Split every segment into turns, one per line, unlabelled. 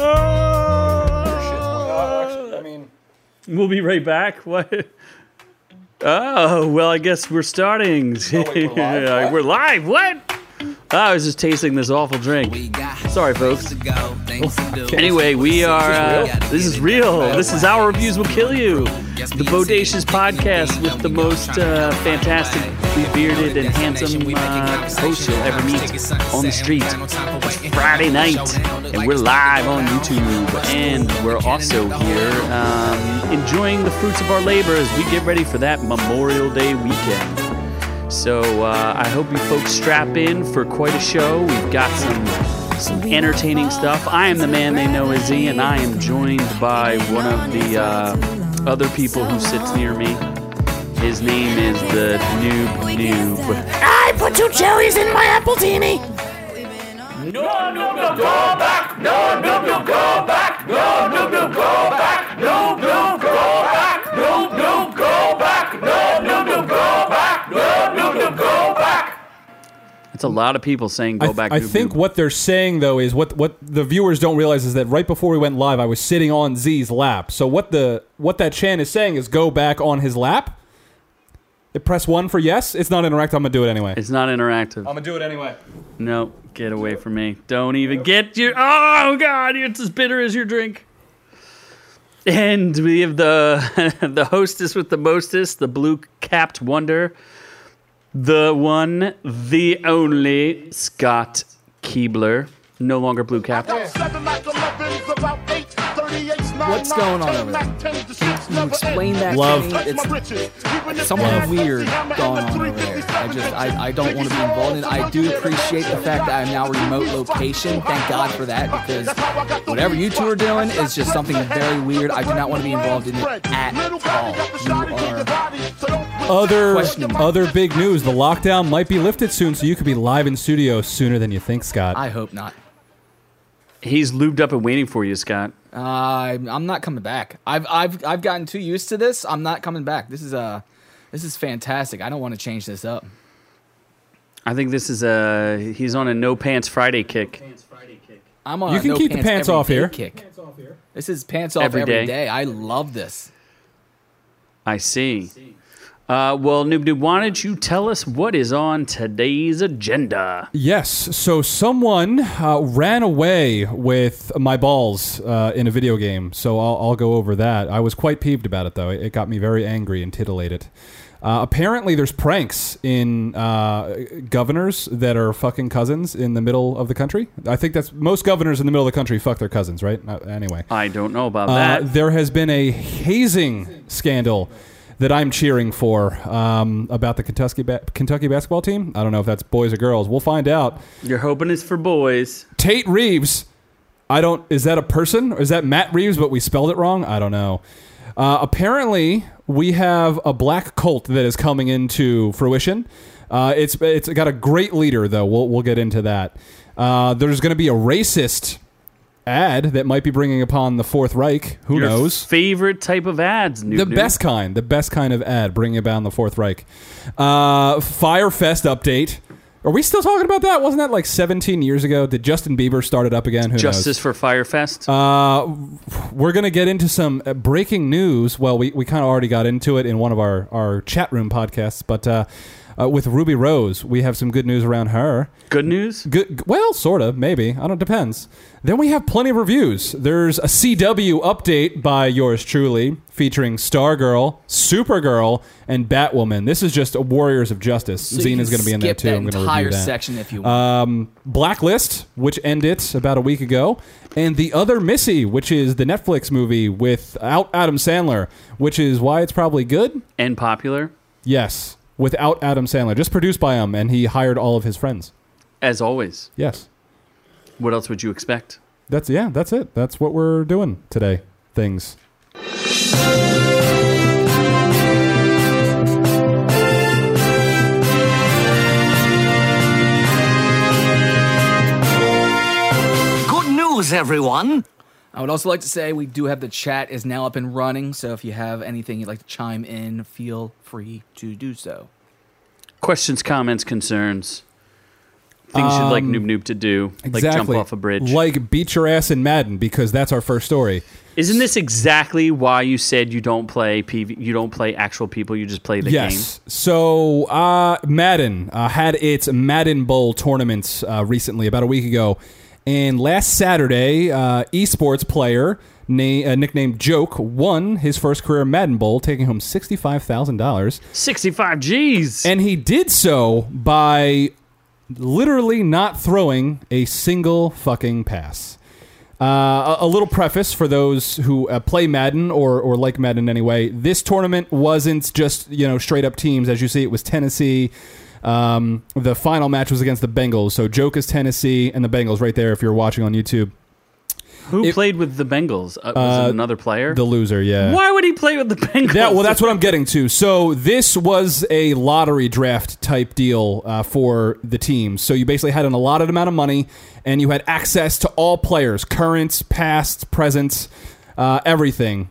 Oh.
Oh.
We'll be right back. What? Oh, well, I guess we're starting.
wait, we're live?
Yeah,
What?
we're live. What? Ah, I was just tasting this awful drink. Sorry,
Sorry,
folks.
folks.
Anyway, we are. Uh, this is real. This is Our Reviews Will Kill You, the
the
bodacious podcast with the most uh, fantastically bearded and handsome uh, host you'll ever meet on the street. It's Friday night, and we're live on YouTube. And we're also here um, enjoying the fruits of our labor as we get ready for that Memorial Day weekend. So uh, I hope you folks strap in for quite a show. We've got some some entertaining stuff. I am the man they know as Z, and I am joined by one of the uh, other people who sits near me. His name is the Noob Noob.
I put two cherries in my apple teeny.
It's a lot of people saying go
I, th-
back.
I
Noob
think
Noob.
what they're saying though is what what the viewers don't realize is that right before we went live, I was sitting on Z's lap. So what the what that Chan is saying is go back on his lap. They press one for yes. It's not interactive. I'm gonna do it anyway.
it's not interactive.
I'm gonna do it anyway.
No, get away from me. Don't even get your. Oh, God, it's as bitter as your drink. And we have the the hostess with the mostest, the blue capped wonder, the one, the only Scott Keebler, no longer blue capped.
What's
going on over there?
Explain that.
Love.
to me.
It's
something
something weird going on over there. I just, I, I don't want to be involved in it. I do appreciate the fact that I'm now remote location. Thank God for that because whatever you two are doing is just something very weird. I do not want to be involved in it at all. You are
Other
Question mark.
other big news: the lockdown might be lifted soon, so you could be live in studio sooner than you think, Scott.
I hope not.
He's lubed up and waiting for you, Scott.
I'm, I'm not coming back. I've, I've, I've gotten too used to this. I'm not coming back. This is uh, this is fantastic. I don't want to change this up.
I think this is a he's on a no pants Friday kick.
I'm on.
You
a
can
no
keep the pants
pants every
off
day
here.
Kick. This is pants off
Every day.
every day. I love this.
I see. Uh, well, Noob Noob, why don't you tell us what is on today's agenda?
Yes. So someone uh, ran away with my balls uh, in a video game. So I'll, I'll go over that. I was quite peeved about it, though. It, it got me very angry and titillated. Uh, apparently, there's pranks in uh, governors that are fucking cousins in the middle of the country. I think that's most governors in the middle of the country fuck their cousins, right? Uh, anyway.
I don't know about
Uh,
that.
there has been a hazing scandal that I'm cheering for um, about the Kentucky ba- Kentucky basketball team. I don't know if that's boys or girls. We'll find out.
You're hoping it's for boys.
Tate Reeves. I don't. Is that a person? Or is that Matt Reeves? But we spelled it wrong. I don't know. Uh, apparently, we have a black cult that is coming into fruition. Uh, it's it's got a great leader though. We'll we'll get into that. Uh, there's going to be a racist ad that might be bringing upon the Fourth Reich. Who
Your
knows?
favorite type of ads, Noob
the
Noob.
best kind, the best kind of ad, bringing about the Fourth Reich. Uh, Firefest update. Are we still talking about that? Wasn't that like 17 years ago? Did Justin Bieber start it up again? Who
Justice for Firefest.
Uh, knows? We're gonna get into some uh, breaking news. Well, we, we kind of already got into it in one of our our chat room podcasts, but uh, uh, with Ruby Rose, we have some good news around her.
Good news.
Good, well, sort of, maybe. I don't. Depends. Then we have plenty of reviews. There's a CW update by yours truly, featuring Stargirl, Supergirl, and Batwoman. This is just a Warriors of Justice.
So you
Xena's
can
going to be in there
skip
too.
That
I'm going to
entire
review that. Uh,
section if you want.
Blacklist, which ended about a week ago, and The Other Missy, which is the Netflix movie without Adam Sandler, which is why it's probably good.
and popular,
Yes, without Adam Sandler, just produced by him, and he hired all of his friends.
as always.
Yes.
What else would you expect?
That's yeah, that's it. That's what we're doing today. Things.
Good news, everyone.
I would also like to say we do have the chat is now up and running. So if you have anything you'd like to chime in, feel free to do so.
Questions, comments, concerns. Things you'd
Um,
like Noob Noob to do, like jump off a bridge.
Like beat your ass in Madden because that's our first story.
Isn't this exactly why you said you don't play PV? You don't play actual people. You just play the
Yes. So uh, Madden uh, had its Madden Bowl tournaments uh, recently, about a week ago, and last Saturday, uh, esports player na- uh, nicknamed Joke won his first career Madden Bowl, taking home sixty five thousand dollars,
game. Sixty-five G's.
and he did so by literally not throwing a single fucking pass. Uh, a, a little preface for those who uh, play Madden or, or like Madden anyway. This tournament wasn't just you know straight up teams as you see. It was Tennessee. Um, the final match was against the Bengals. So joke is Tennessee and the Bengals right there. If you're watching on YouTube,
Who played with the Bengals? Uh, was it another player?
the loser. Yeah.
Why would he play with the Bengals?
That, well, that's what I'm getting to. So this was a lottery draft type deal uh, for the teams. So you basically had an allotted amount of money, and you had access to all players, currents, past, presents, uh, everything.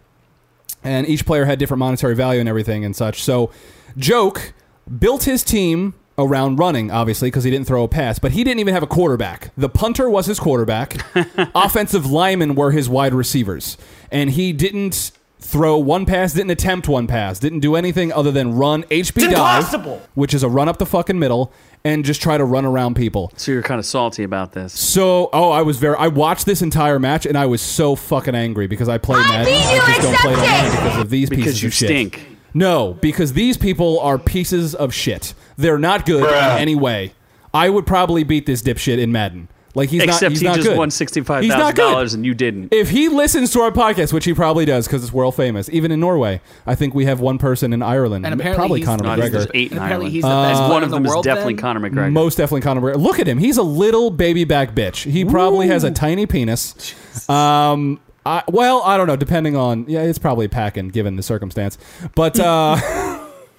And each player had different monetary value and everything and such. So Joke built his team around running, obviously, because he didn't throw a pass, but he didn't even have a quarterback. The punter was his quarterback. Offensive linemen were his wide receivers. And he didn't throw one pass, didn't attempt one pass, didn't do anything other than run HB dive,
impossible.
which is a run up the fucking middle, and just try to run around people.
so you're kind of salty about this.
So, oh, I was very. I watched this entire match and I was so fucking angry because I played Madden.
beat you,
I just don't play
accept
Madden
it.
because of these pieces
Because you
of shit.
stink.
No, because these people are pieces of shit. They're not good in any way. I would probably beat this dipshit in Madden. Like he's not.
Except
He's
he
not
just
good.
won
He's not good.
$65,000 and you didn't.
If he listens to our podcast, which he probably does because it's world famous, even in Norway, I think we have one person in Ireland,
And apparently
probably
he's
Conor
No,
not-
he's
McGregor.
just eight in
Apparently
Ireland.
he's the best
One
player
of
in the
them is
world
definitely
then?
Conor McGregor.
Most definitely Conor McGregor. Look at him. He's a little baby back bitch. He probably has a tiny penis. Um, I, well, I don't know. Depending on yeah, it's probably packing given the circumstance. But uh,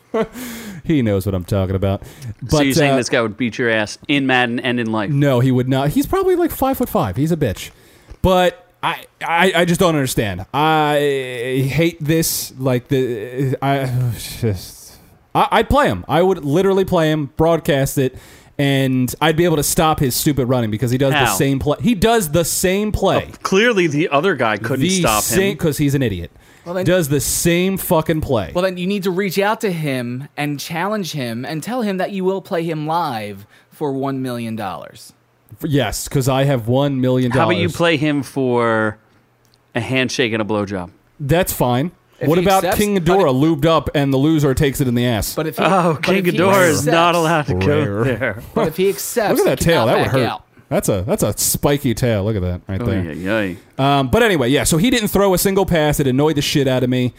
he knows what I'm talking about. But
so you're saying
uh,
this guy would beat your ass in Madden and in life?
no, he would not. He's probably like five foot five. He's a bitch. But I, I, I just don't understand. I hate this. Like the, I just, I, I'd play him. I would literally play him, broadcast it, and I'd be able to stop his stupid running because he does the
How?
same play. He does the same play.
Clearly, the other guy couldn't
the
stop him.
same because he's an idiot.
then-
does the same fucking play.
Well, then you need to reach out to him and challenge him and tell him that you will play him live for $1 million.
yes, because I have one million
How
dollars.
about you play him for a handshake and a blowjob?
That's fine. What
he
about
accepts-
King
but-
Ghidorah lubed up and the loser takes it in the ass?
But if he,
Oh,
but
King
if he
Ghidorah is
accepts-
not allowed to
Rare.
go there.
But if he accepts,
Look at that
he cannot
tail. That would
back
hurt.
out.
That's a that's a spiky tail. Look at that right
Oh,
there.
yeah, yeah.
Um, but anyway, yeah. So he didn't throw a single pass. It annoyed the shit out of me.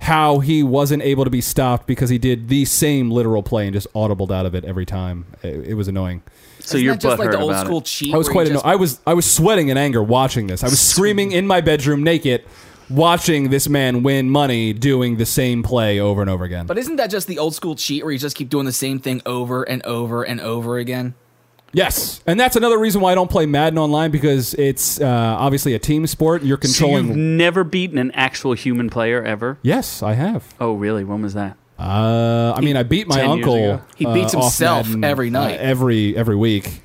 How he wasn't able to be stopped because he did the same literal play and just audibled out of it every time. It, it was annoying.
So
Isn't
you're
that just
butthurt
like the old
about
school
it.
cheat?
I was
where you
quite.
just-
Anno- I was I was sweating in anger watching this. I was screaming in my bedroom naked, watching this man win money doing the same play over and over again.
But isn't that just the old school cheat where you just keep doing the same thing over and over and over again?
Yes, and that's another reason why I don't play Madden online because it's uh, obviously a team sport. You're
So
controlling.
you've never beaten an actual human player ever?
yes, I have.
Oh, really? When was that?
Uh, I mean, I beat my
10 years
uncle.
ago.
He beats
uh, off
himself
Madden,
every night.
uh, every every week.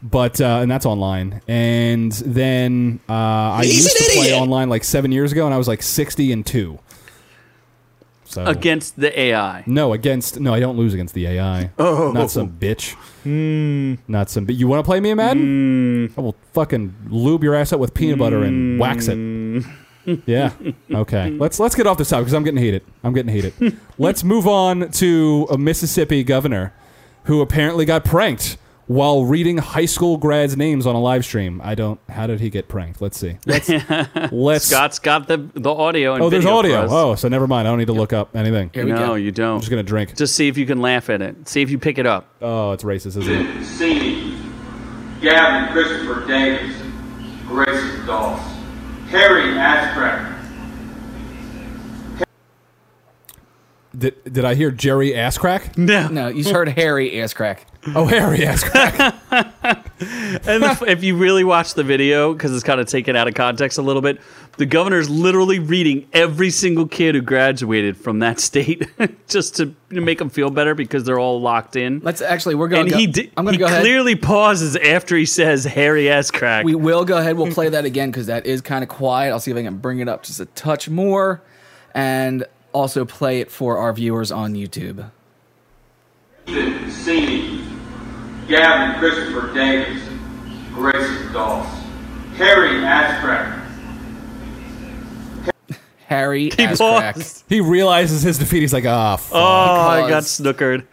But uh, and that's online. And then uh, I used to play online like seven years ago, and I was like sixty and two. So
Against the AI.
no, against no, I don't lose against the AI. Oh, not some bitch.
Hmm.
Not some. But you want to play me a Madden? I will fucking lube your ass up with peanut butter
Hmm.
and wax it. Yeah. Okay. Let's let's get off this topic because I'm getting heated. I'm getting heated. let's move on to a Mississippi governor who apparently got pranked while reading high school grads' names on a live stream. I don't. How did he get pranked? Let's see. Let's let's.
Scott's got the the audio. And
oh, there's
video for
audio.
us.
Oh, so never mind. I don't need to look up anything.
Here we
no,
go.
you don't.
I'm just gonna drink.
Just see if you can laugh at it. See if you pick it up.
Oh, it's racist, isn't it?
Cini, Gavin Christopher Davis, Grayson Dawes, Harry Ashcraft,
Did, did I hear Jerry ass crack?
No, you just heard Harry ass crack.
Oh, Harry ass crack.
And if, if you really watch the video, because it's kind of taken out of context a little bit, the governor's literally reading every single kid who graduated from that state just to make them feel better because they're all locked in.
Let's actually, we're going
and
to go.
he di-
I'm going
he
to go ahead.
clearly pauses after he says hairy ass crack.
We will go ahead. We'll play that again because that is kind of quiet. I'll see if I can bring it up just a touch more and also play it for our viewers on YouTube.
Ethan Seeley, Gavin Christopher Davis, Grayson Dawes, Harry Ashcraft,
Harry
he
ass crack.
paused.
He realizes his defeat. He's like, ah, fuck.
Oh, I got
Because-
snookered.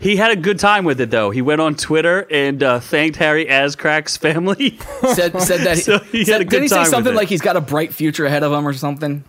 He had a good time with it though. He went on Twitter and uh, thanked Harry Ascrack's family.
Said, said that
So he had
said-
a good
did he
time
say
with
something
it.
like he's got a bright future ahead of him or something?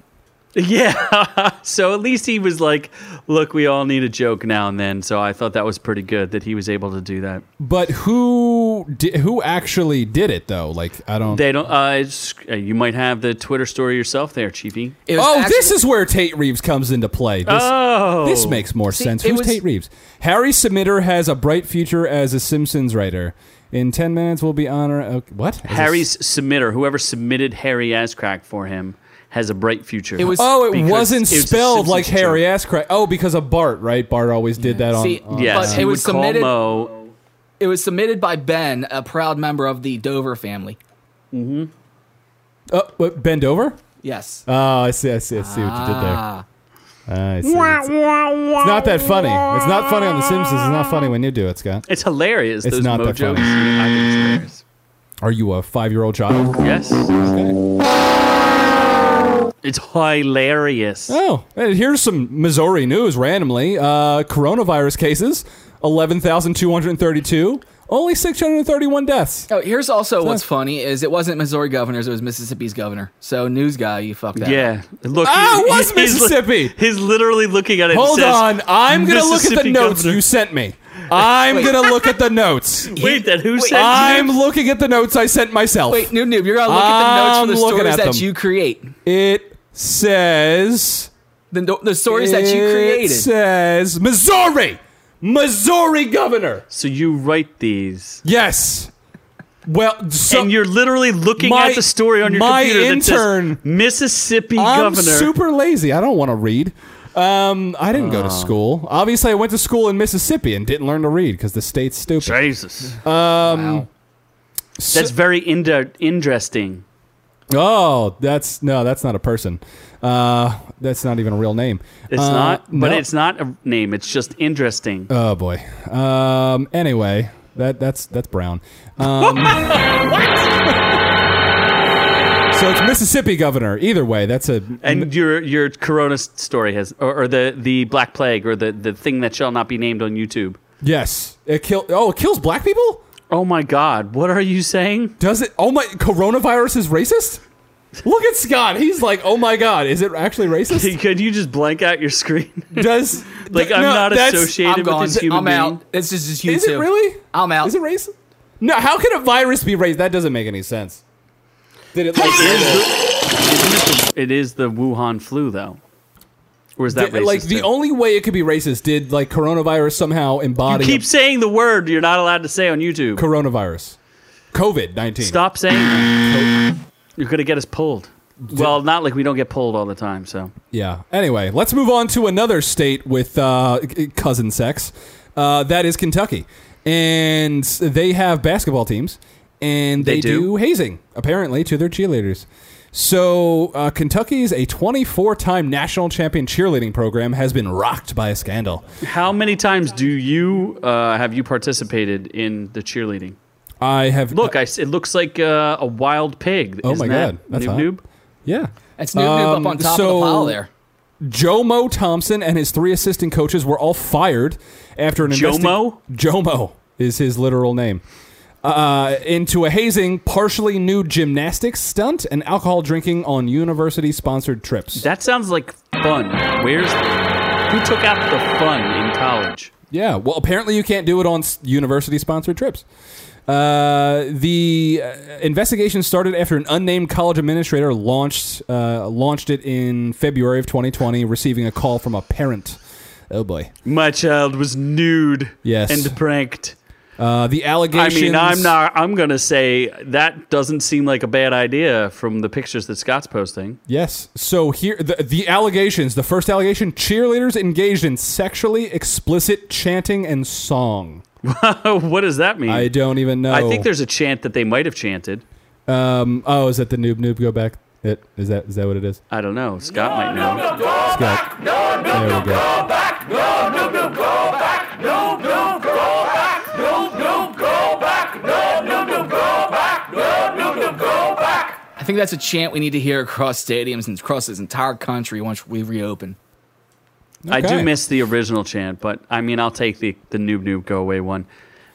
Yeah. so at least he was like, look, we all need a joke now and then. So I thought that was pretty good that he was able to do that.
But who di- who actually did it though? Like I don't.
They don't, uh, it's- uh, you might have the Twitter story yourself there, Chiefy.
It was
oh, this
actually-
is where Tate Reeves comes into play. This,
Oh.
this makes more sense.
it
Who's
was-
Tate Reeves? Harry Submitter has a bright future as a Simpsons writer. In ten minutes, we'll be honor. Okay, what As a-
Harry's submitter, whoever submitted Harry Ascrack for him, has a bright future.
It was-
Oh, it
Because
wasn't
it was a
spelled like
Simpsons
Harry ass crack. Oh, because of Bart, right? Bart always did that on.
See,
on-
Yes,
But
he
it was
would call
submitted-
Mo
It was submitted by Ben, a proud member of the Dover family.
Oh, what, bend over.
Yes.
Oh, I see. I see. I see what you did there.
Ah.
Ah, I see. It's, it's not that funny. It's not funny on The Simpsons. It's not funny when you do it, Scott.
It's hilarious.
It's
those
not that
mojos.
funny.
I think it's hilarious.
Are you a five-year-old child?
Yes. It's hilarious.
Oh, and here's some Missouri news randomly. Uh, coronavirus cases, 11,232. Only 631 deaths.
Oh, here's also what's funny is it wasn't Missouri governor's, it was Mississippi's governor. So news guy, you fucked that. up.
Yeah. Look. he-
Ah, it was
he's li-
Mississippi.
he's literally looking at it. and
Hold
says,
on. I'm going to look at the
Mississippi
notes
governor.
you sent me. I'm going to look at the notes.
Wait, that who said?
I'm looking at the notes I sent myself.
Wait, Noob Noob, you're gonna look at the
I'm
notes for the
looking
stories
at
that
them.
you create.
It says.
The, no- the stories that you
it
created.
says Missouri. Missouri governor.
So you write these,
Yes. Well, so
and you're literally looking
My-
at the story on your
my
computer that says
intern-
Mississippi
I'm
governor.
super lazy. I don't want to read. Um, I didn't go to school. Obviously, I went to school in Mississippi and didn't learn to read because the state's stupid.
Jesus.
Um,
Wow.
That's very ind- interesting.
Oh, that's no, that's not a person. Uh, that's not even a real name.
It's
Uh,
not, but
no.
it's not a name. It's just interesting.
Oh boy. Um. Anyway, that that's that's brown. Um, so it's Mississippi governor. Either way, that's a
And your your Corona s- story has, or, or the the Black Plague, or the the thing that shall not be named on YouTube.
yes. It kill. Oh, it kills black people.
Oh my God! What are you saying?
Does it? Oh my! Coronavirus is racist. Look at Scott. He's like, oh my god, is it actually racist?
Could you just blank out your screen?
Does
like I'm
no,
not
that's-
associated
I'm
with
gone.
this human
I'm
being.
out. This is just you
Is
two.
it really?
I'm out.
Is it racist? No. How can a virus be racist? That doesn't make any sense. Did it like?
Isn't it, the, it is the Wuhan flu though, or is that
Did-
racist?
like the
too?
only way it could be racist did like coronavirus somehow embody
keep
a
saying the word you're not allowed to say on YouTube.
coronavirus covid 19
Stop saying. that. You're gonna get us pulled. Well, not like we don't get pulled all the time. So
yeah anyway let's move on to another state with uh, c- cousin sex uh, that is kentucky and they have basketball teams and they,
They do?
hazing apparently to their cheerleaders so uh, kentucky's a 24-time national champion cheerleading program has been rocked by a scandal
how many times do you uh, have you participated in the cheerleading?
i have
Look, I s it looks like uh, a wild pig.
Oh
Isn't
my God,
that
that's
noob
hot.
noob?
yeah
That's Noob Noob
Um,
up on top
so-
of the pile there.
Jomo Thompson and his three assistant coaches were all fired after an investi-
Jomo?
Jomo is his literal name. Uh, into a hazing, partially nude gymnastics stunt, and alcohol drinking on university-sponsored trips.
That sounds like fun. Where's who took out the fun in college?
yeah, well, apparently you can't do it on s- university-sponsored trips. Uh, the uh, investigation started after an unnamed college administrator launched uh, launched it in February of 2020, receiving a call from a parent. Oh boy.
My child was nude
Yes.
and pranked.
Uh, the
I
allegations.
mean, I'm not. I'm gonna say that doesn't seem like a bad idea from the pictures that Scott's posting.
Yes. So here, the, the allegations. The first allegation: cheerleaders engaged in sexually explicit chanting and song.
what does that mean?
I don't even know.
I think there's a chant that they might have chanted.
Um, oh, is that the noob noob go back? It, is that is that what it is?
I don't know. Scott might know.
Scott. there we go.
I think that's a chant we need to hear across stadiums and across this entire country once we reopen.
I do
Okay.
miss the original chant, but I mean, I'll take the the noob noob go away one.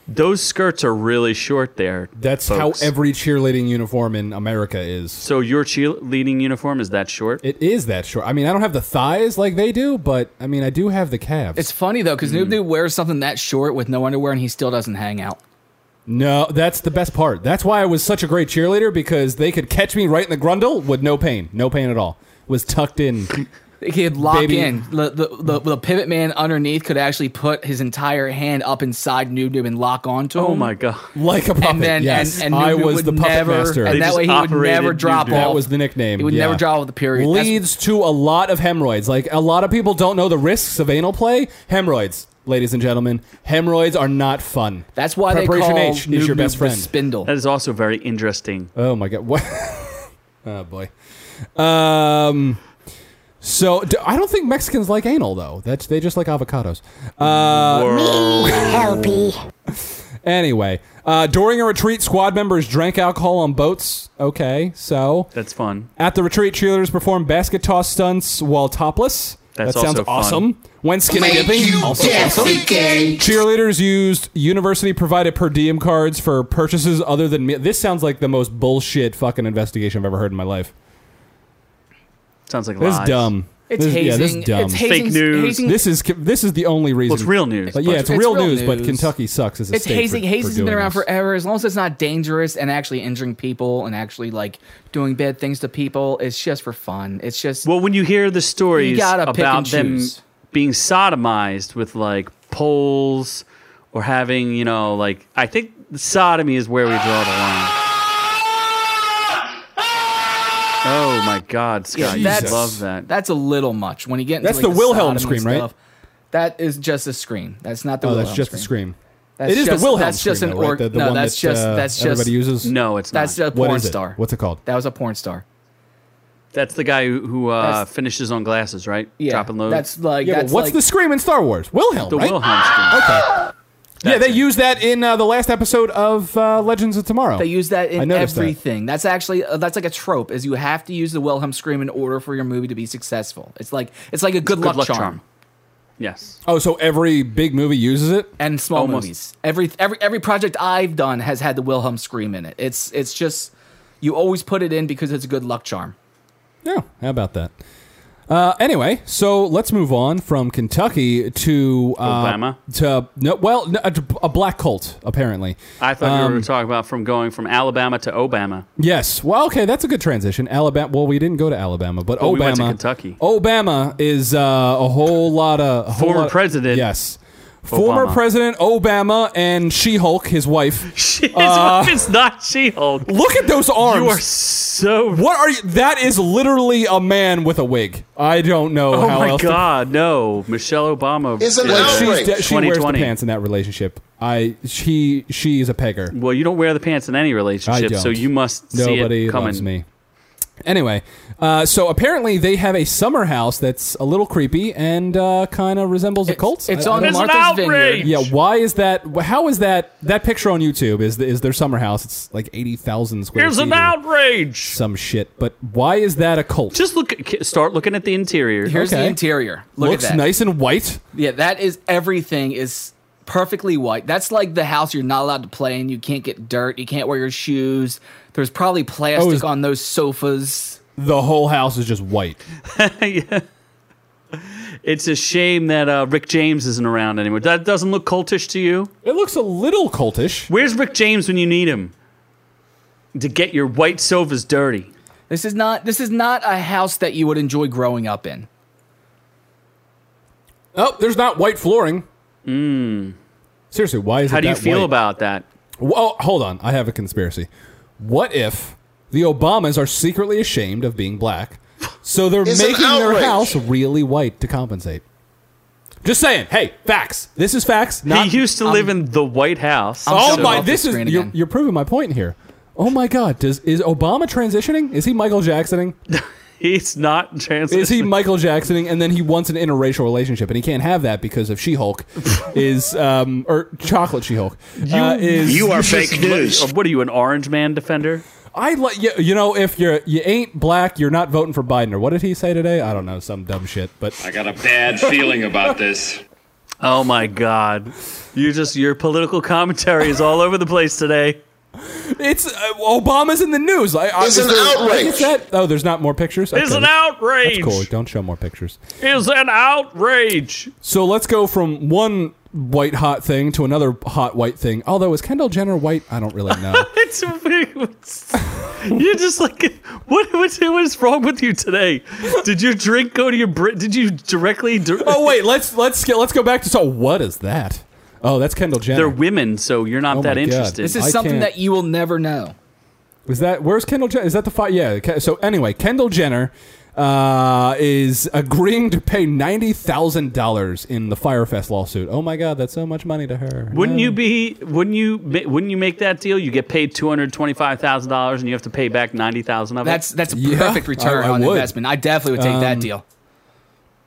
Those skirts are really short there.
That's
folks.
how every cheerleading uniform in America is.
So your cheerleading uniform is that short?
It is that short. I mean, I don't have the thighs like they do, but I mean, I do have the calves.
It's funny though, because
Hmm.
Noob Noob wears something that short with no underwear and he still doesn't hang out.
no, that's the best part. That's why I was such a great cheerleader because they could catch me right in the grundle with no pain, no pain at all. Was tucked in.
He'd lock
Baby.
in. The, the, the, the pivot man underneath could actually put his entire hand up inside Noob Noob and lock onto him.
oh my god!
like a puppet.
And then
yes,
and, and Noob
I
Noob
was
would
the puppet
never,
master.
They
And that
just
way he would
operated
never
Noob
drop
Noob.
off.
that was the nickname.
He would
yeah.
never draw with the period. That's-
Leads to a lot of hemorrhoids. Like a lot of people don't know the risks of anal play. Hemorrhoids, ladies and gentlemen, hemorrhoids are not fun.
That's why they
Preparation
call
H
Noob
is your
Noob
best
the
friend.
Spindle.
That is also very interesting.
Oh my god! What? oh boy. Um. So d I don't think Mexicans like anal though. That's they just like avocados.
Uh,
Anyway, uh, during a retreat, squad members drank alcohol on boats. Okay, so
That's fun.
at the retreat, cheerleaders performed basket toss stunts while topless.
That's
that sounds
also fun.
awesome. When skinny dipping, also awesome. Cheerleaders used university-provided per diem cards for purchases other than me. This sounds like the most bullshit fucking investigation I've ever heard in my life.
Sounds like
This
lies.
is dumb.
It's
this,
hazing.
Yeah, this is dumb.
It's hazing.
news.
hazing-
this is this is the only
Well,
reason.
it's real news.
But yeah, it's,
It's
real,
real
news, But
news.
Kentucky sucks as a
It's
state.
hazing.
for- for
hazing's
doing
been around
this.
forever. As long as it's not dangerous and actually injuring people and actually like doing bad things to people, it's just for fun. It's just
Well, when you hear the stories
You gotta pick
about
and
them
choose.
being sodomized with like poles or having, you know, like I think sodomy is where we draw the line. Oh my God, Scott, you
that's-
love that.
uh, that's a little much. When you get into,
That's
like,
the Wilhelm
sodomy
scream, right?
stuff, That is just a scream. That's not the.
Oh,
Wilhelm
that's just
scream.
a scream.
That's
it is
just-
the Wilhelm
that's just
scream,
an
though, right?
org-
The- the
no,
one
that's
that,
just-
uh,
that's just-
everybody uses.
no, it's
That's
not.
a
What
porn
is it?
star.
What's it called?
That was a porn star.
That's the guy who, who uh,
That's-
finishes on glasses, right?
Yeah,
Dropping loads.
That's like
Yeah, but
that's
what's
like,
the scream in Star Wars? Wilhelm,
the
right?
Wilhelm scream.
Okay. yeah, they
it.
used that in uh, the last episode of uh, Legends of Tomorrow.
They use that
I
in
noticed that.
everything. That's actually uh, that's like a trope. Is you have to use the Wilhelm scream in order for your movie to be successful. It's like it's like a good,
Good
luck,
luck
charm.
charm. Yes.
Oh, so every big movie uses it.
and small
Almost.
movies. Every every every project I've done has had the Wilhelm scream in it. It's it's just you always put it in because it's a good luck charm.
Yeah, how about that? Uh, anyway, so let's move on from Kentucky to uh,
Obama?
To no, well, no, a, a black cult apparently.
I thought we were talking about from going from Alabama to Obama.
Yes. Well, okay, that's a good transition. Alabama. Well, we didn't go to Alabama, but Obama.
But we went to Kentucky.
Obama is uh, a whole lot of a whole
Former
lot-
president
Yes. Former
Obama.
President Obama and She-Hulk, his wife.
She's it's Uh, not She-Hulk.
Look at those arms.
You are so.
what are you? That is literally a man with a wig. I don't know
Oh
how
my
else to
God! No, Michelle Obama.
It's an
Like
Don't
she's
break.
de- she wears the
2020.
pants in that relationship. I she she's a pegger.
well, you don't wear the pants in any
I
relationship,
don't.
so you must see
Nobody
it coming.
loves me. Anyway, uh, so apparently they have a summer house that's a little creepy and uh, kind of resembles a cult.
It's
I- I
on
don't-
It's an
Martha's
outrage!
Vineyard.
yeah. Why is that? How is that? That picture on YouTube is the, is their summer house. It's like eighty thousand square
Here's
feet.
an
or
outrage.
Some shit. But why is that a cult?
Just look. Start looking at the interior.
Here's
Okay.
the interior. Look
Looks
at that.
nice and white.
Yeah, that is everything is perfectly white. That's like the house you're not allowed to play in. You can't get dirt. You can't wear your shoes. There's probably
Oh,
plastic
is-
on those sofas.
The whole house is just white.
It's a shame that uh, Rick James isn't around anymore. That doesn't look cultish to you.
It looks a little cultish.
Where's Rick James when you need him? To get your white sofas dirty.
This is not this is not a house that you would enjoy growing up in.
Oh, there's not white flooring. Seriously, why is
Hmm. How
it
do you
that
feel
white?
about that?
Whoa, hold on. I have a conspiracy. What if the Obamas are secretly ashamed of being black, so they're
It's an
making their
outrage.
house really white to compensate? Just saying. Hey, facts. This is facts. Not,
he used to live in the White House.
I'm
oh
shut
my!
off the
This is
screen
you're,
again.
you're proving my point here. Oh my God! Does is Obama transitioning? Is he Michael Jacksoning?
He's not translating.
Is he Michael Jacksoning? And then he wants an interracial relationship, and he can't have that because of She Hulk is um or chocolate She Hulk uh, is
You are fake news.
What are you, an Orange Man defender?
I like you, you know if you're you ain't black, you're not voting for Biden or what did he say today? I don't know, some dumb shit. But
I got a bad feeling about this.
Oh my God! You just your political commentary is all over the place today.
it's uh, Obama's in the news. I, I,
It's
is
an
there-
outrage.
I guess that- oh, there's not more pictures.
It's
Okay.
an outrage.
That's cool. Don't show more pictures.
It's an outrage.
So let's go from one white hot thing to another hot white thing. Although is Kendall Jenner white? I don't really know.
It's you're just like what, what what is wrong with you today? Did your drink go to your bri- did you directly? Di-
oh wait, let's let's get, let's go back to so what is that? Oh, that's Kendall
they're
Jenner.
women, so you're not
Oh
that
my God.
interested.
This is
I
something
can't-
that you will never know.
Is that where's Kendall Jenner? Is that the fight? Yeah. Ke- So anyway, Kendall Jenner uh, is agreeing to pay ninety thousand dollars in the Firefest lawsuit. Oh my God, that's so much money to her.
wouldn't
No.
you be? Wouldn't you? ma- Wouldn't you make that deal? You get paid two hundred twenty-five thousand dollars, and you have to pay back ninety thousand of
That's that's a
Yeah,
perfect return
I- I
on
would. Um,
investment. I definitely would take that deal.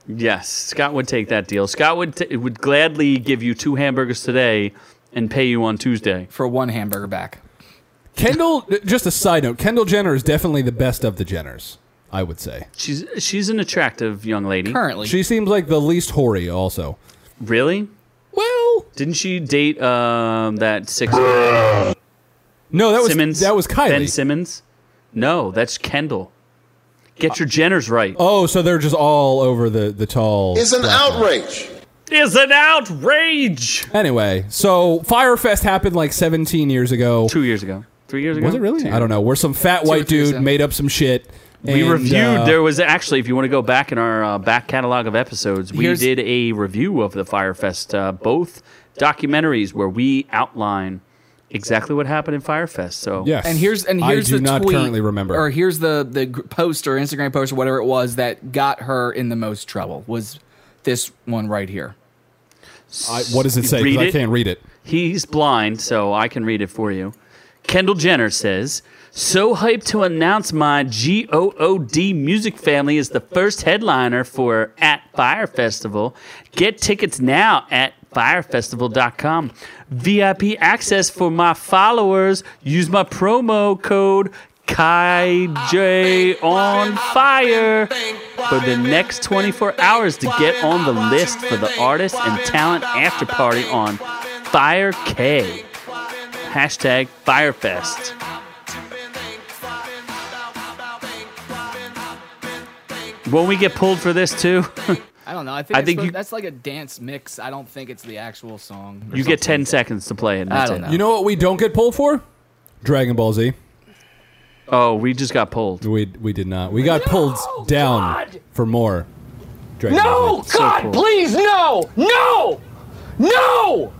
it. Yes, Scott would take that deal. Scott would t- would gladly give you two hamburgers today and pay you on Tuesday.
for one hamburger back.
Kendall, just a side note. Kendall Jenner is definitely the best of the Jenners. I would say
She's she's an attractive young lady.
Currently,
she seems like the least hoary. Also,
Really?
well,
Didn't she date um, that six?
no, that was
Simmons.
that was Kylie.
Ben Simmons. No, that's Kendall. Get your Jenners right.
oh, so they're just all over the the tall.
It's an outrage.
Is an outrage.
Anyway, so Firefest happened like seventeen years ago.
Two years ago. Three years ago.
Was it really? I don't know. Where some fat
or
white
three
dude
percent.
made up some shit.
We
and,
reviewed.
uh,
there was actually, if you want to go back in our uh, back catalog of episodes, we
Here's-
did a review of the Firefest, uh, both documentaries where we outline exactly what happened in Firefest. So
Yes.
and here's and here's
I do
the
not
tweet,
currently remember.
or here's the the g- post or Instagram post or whatever it was that got her in the most trouble was this one right here.
I, what does it say? 'Cause
Read
I
it.
can't read it.
He's blind, so I can read it for you. Kendall Jenner says, So hyped to announce my GOOD music family is the first headliner for At Fire Festival. Get tickets now at firefestival.com. VIP access for my followers. Use my promo code KaiJ on fire for the next 24 hours to get on the list for the artist and talent after party on Fire K. Hashtag Firefest. Won't we get pulled for this too?
I don't know. I think,
I
it's
think
supposed-
you-
that's like a dance mix. I don't think it's the actual song. or
you get
something.
10 seconds to play it. and
I
That's
don't
it.
know.
You know what we don't get pulled for? Dragon Ball Z.
Oh, we just got pulled.
We we did not. We got pulled down for more. Dragon Ball
No,
Z.
God,
cool.
please, no, no, no.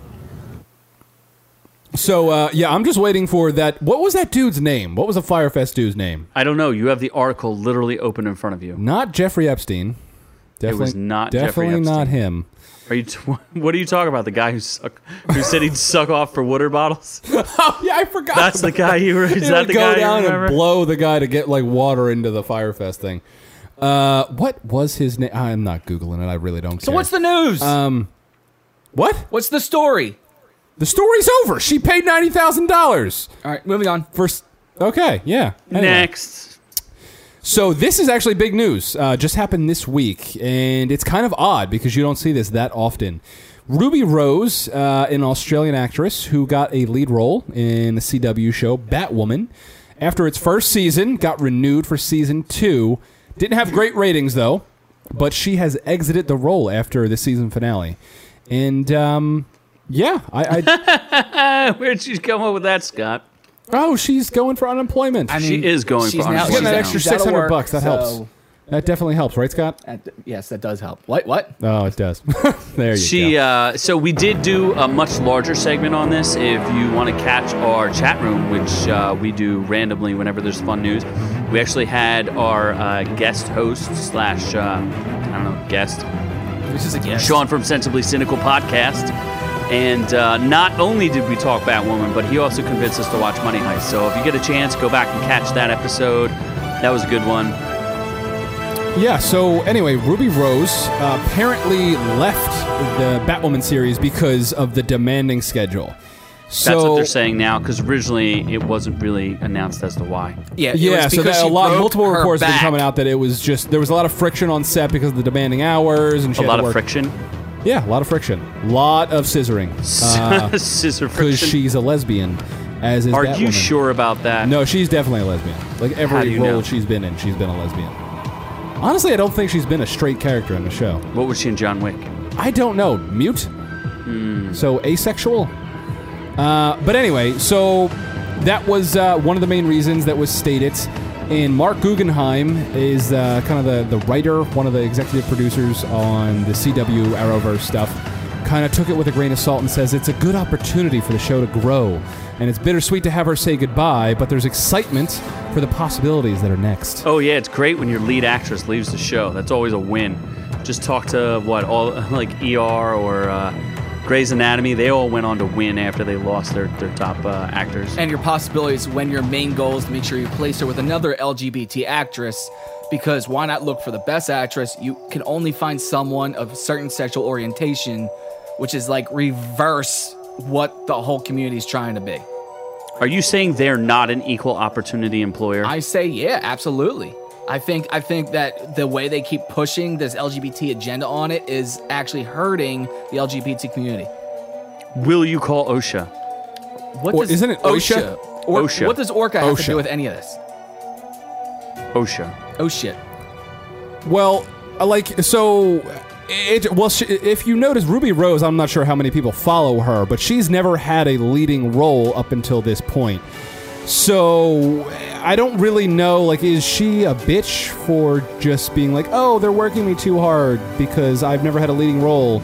So uh, yeah, I'm just waiting for that. What was that dude's name? What was the Firefest dude's name?
I don't know. You have the article literally open in front of you.
Not Jeffrey Epstein. Definitely,
was not Jeffrey
definitely not him.
Are you? T- what are you talking about? The guy who suck, who said he'd suck off for water bottles?
Oh yeah, I forgot.
That's the guy you. Is
He
that
would
the
go
guy
down
you
and
remember?
blow the guy to get like water into the Firefest thing. Uh, what was his name? I'm not googling it. I really don't
So
care.
what's the news?
what?
what's the story?
The story's over. She paid ninety thousand dollars
All right, moving on.
for. s- Okay, yeah. Anyway.
Next.
So this is actually big news. Uh, just happened this week, and it's kind of odd because you don't see this that often. Ruby Rose, uh, an Australian actress who got a lead role in the CW show Batwoman, after its first season, got renewed for season two. Didn't have great ratings though, but she has exited the role after the season finale, and um, yeah, I, I
Where'd you come up with that, Scott?
oh she's going for unemployment.
I
She
mean,
is going
she's
for
now,
unemployment.
Getting that
she's-
extra
she's out of
600
work,
bucks, that
so
helps. That definitely helps, right, Scott?
That- yes, that does help. What? What?
Oh, it does. there you
She,
go.
uh, so we did do a much larger segment on this. If you want to catch our chat room, which uh, we do randomly whenever there's fun news, we actually had our uh, guest host slash uh, I don't know guest uh,
This is a guess.
Sean from Sensibly Cynical podcast. And uh, not only did we talk Batwoman, but he also convinced us to watch Money Heist. So if you get a chance, go back and catch that episode. That was a good one.
yeah. So anyway, Ruby Rose uh, apparently left the Batwoman series because of the demanding schedule. So,
That's what they're saying now, because originally it wasn't really announced as to why.
Yeah, it
Yeah,
was
so
because
that a
she
lot
broke
multiple
her
reports have been
back.
coming out that it was just there was a lot of friction on set because of the demanding hours and she
A
had
lot
to
of
work-
friction,
Yeah, a lot of friction, lot of scissoring Uh,
scissor
because
friction.
she's a lesbian. As is
Are
Batwoman.
you sure about that?
No, she's definitely a lesbian. Like
How do
every
you
role
know?
she's been in, she's been a lesbian. Honestly, I don't think she's been a straight character in the show.
What was she in John Wick?
I don't know. Mute? So asexual? Uh, but anyway, so that was uh, one of the main reasons that was stated. And Mark Guggenheim is uh, kind of the, the writer, one of the executive producers on the CW Arrowverse stuff. Kind of took it with a grain of salt and says it's a good opportunity for the show to grow. And it's bittersweet to have her say goodbye, but there's excitement for the possibilities that are next.
Oh yeah, it's great when your lead actress leaves the show. That's always a win. Just talk to what all like ER or uh, Grey's Anatomy. They all went on to win after they lost their their top uh, actors.
and your possibilities when your main goal is to make sure you place her with another LGBT actress. Because why not look for the best actress? You can only find someone of certain sexual orientation, which is like reverse what the whole community is trying to be.
Are you saying they're not an equal opportunity employer?
I say, yeah, absolutely. I think I think that the way they keep pushing this LGBT agenda on it is actually hurting the LGBT community.
Will you call OSHA?
What
Or isn't it OSHA?
Or,
OSHA.
What does Orca have to
OSHA.
do with any of this?
OSHA.
Oh shit.
Well, uh, like so. It, well, she, if you notice, Ruby Rose, I'm not sure how many people follow her, but she's never had a leading role up until this point. So I don't really know. Like, is she a bitch for just being like, oh, they're working me too hard because I've never had a leading role?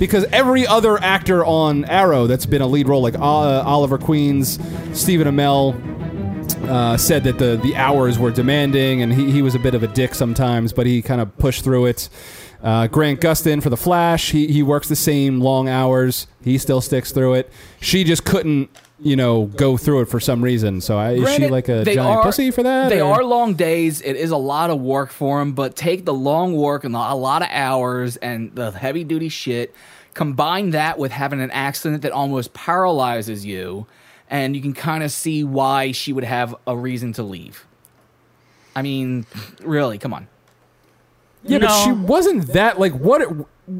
Because every other actor on Arrow that's been a lead role, like uh, Oliver Queens, Stephen Amell, uh, said that the, the hours were demanding and he, he was a bit of a dick sometimes, but he kind of pushed through it. Uh, Grant Gustin for The Flash, he, he works the same long hours. He still sticks through it. She just couldn't, you know, go through it for some reason. So I, is she
Granted,
like a
they
giant
are-
pussy for that?
They
or-
are long days. It is a lot of work for them, but take the long work and the, a lot of hours and the heavy duty shit. Combine that with having an accident that almost paralyzes you, and you can kind of see why she would have a reason to leave. I mean, really, come on.
Yeah, but
No.
she wasn't that like what? It,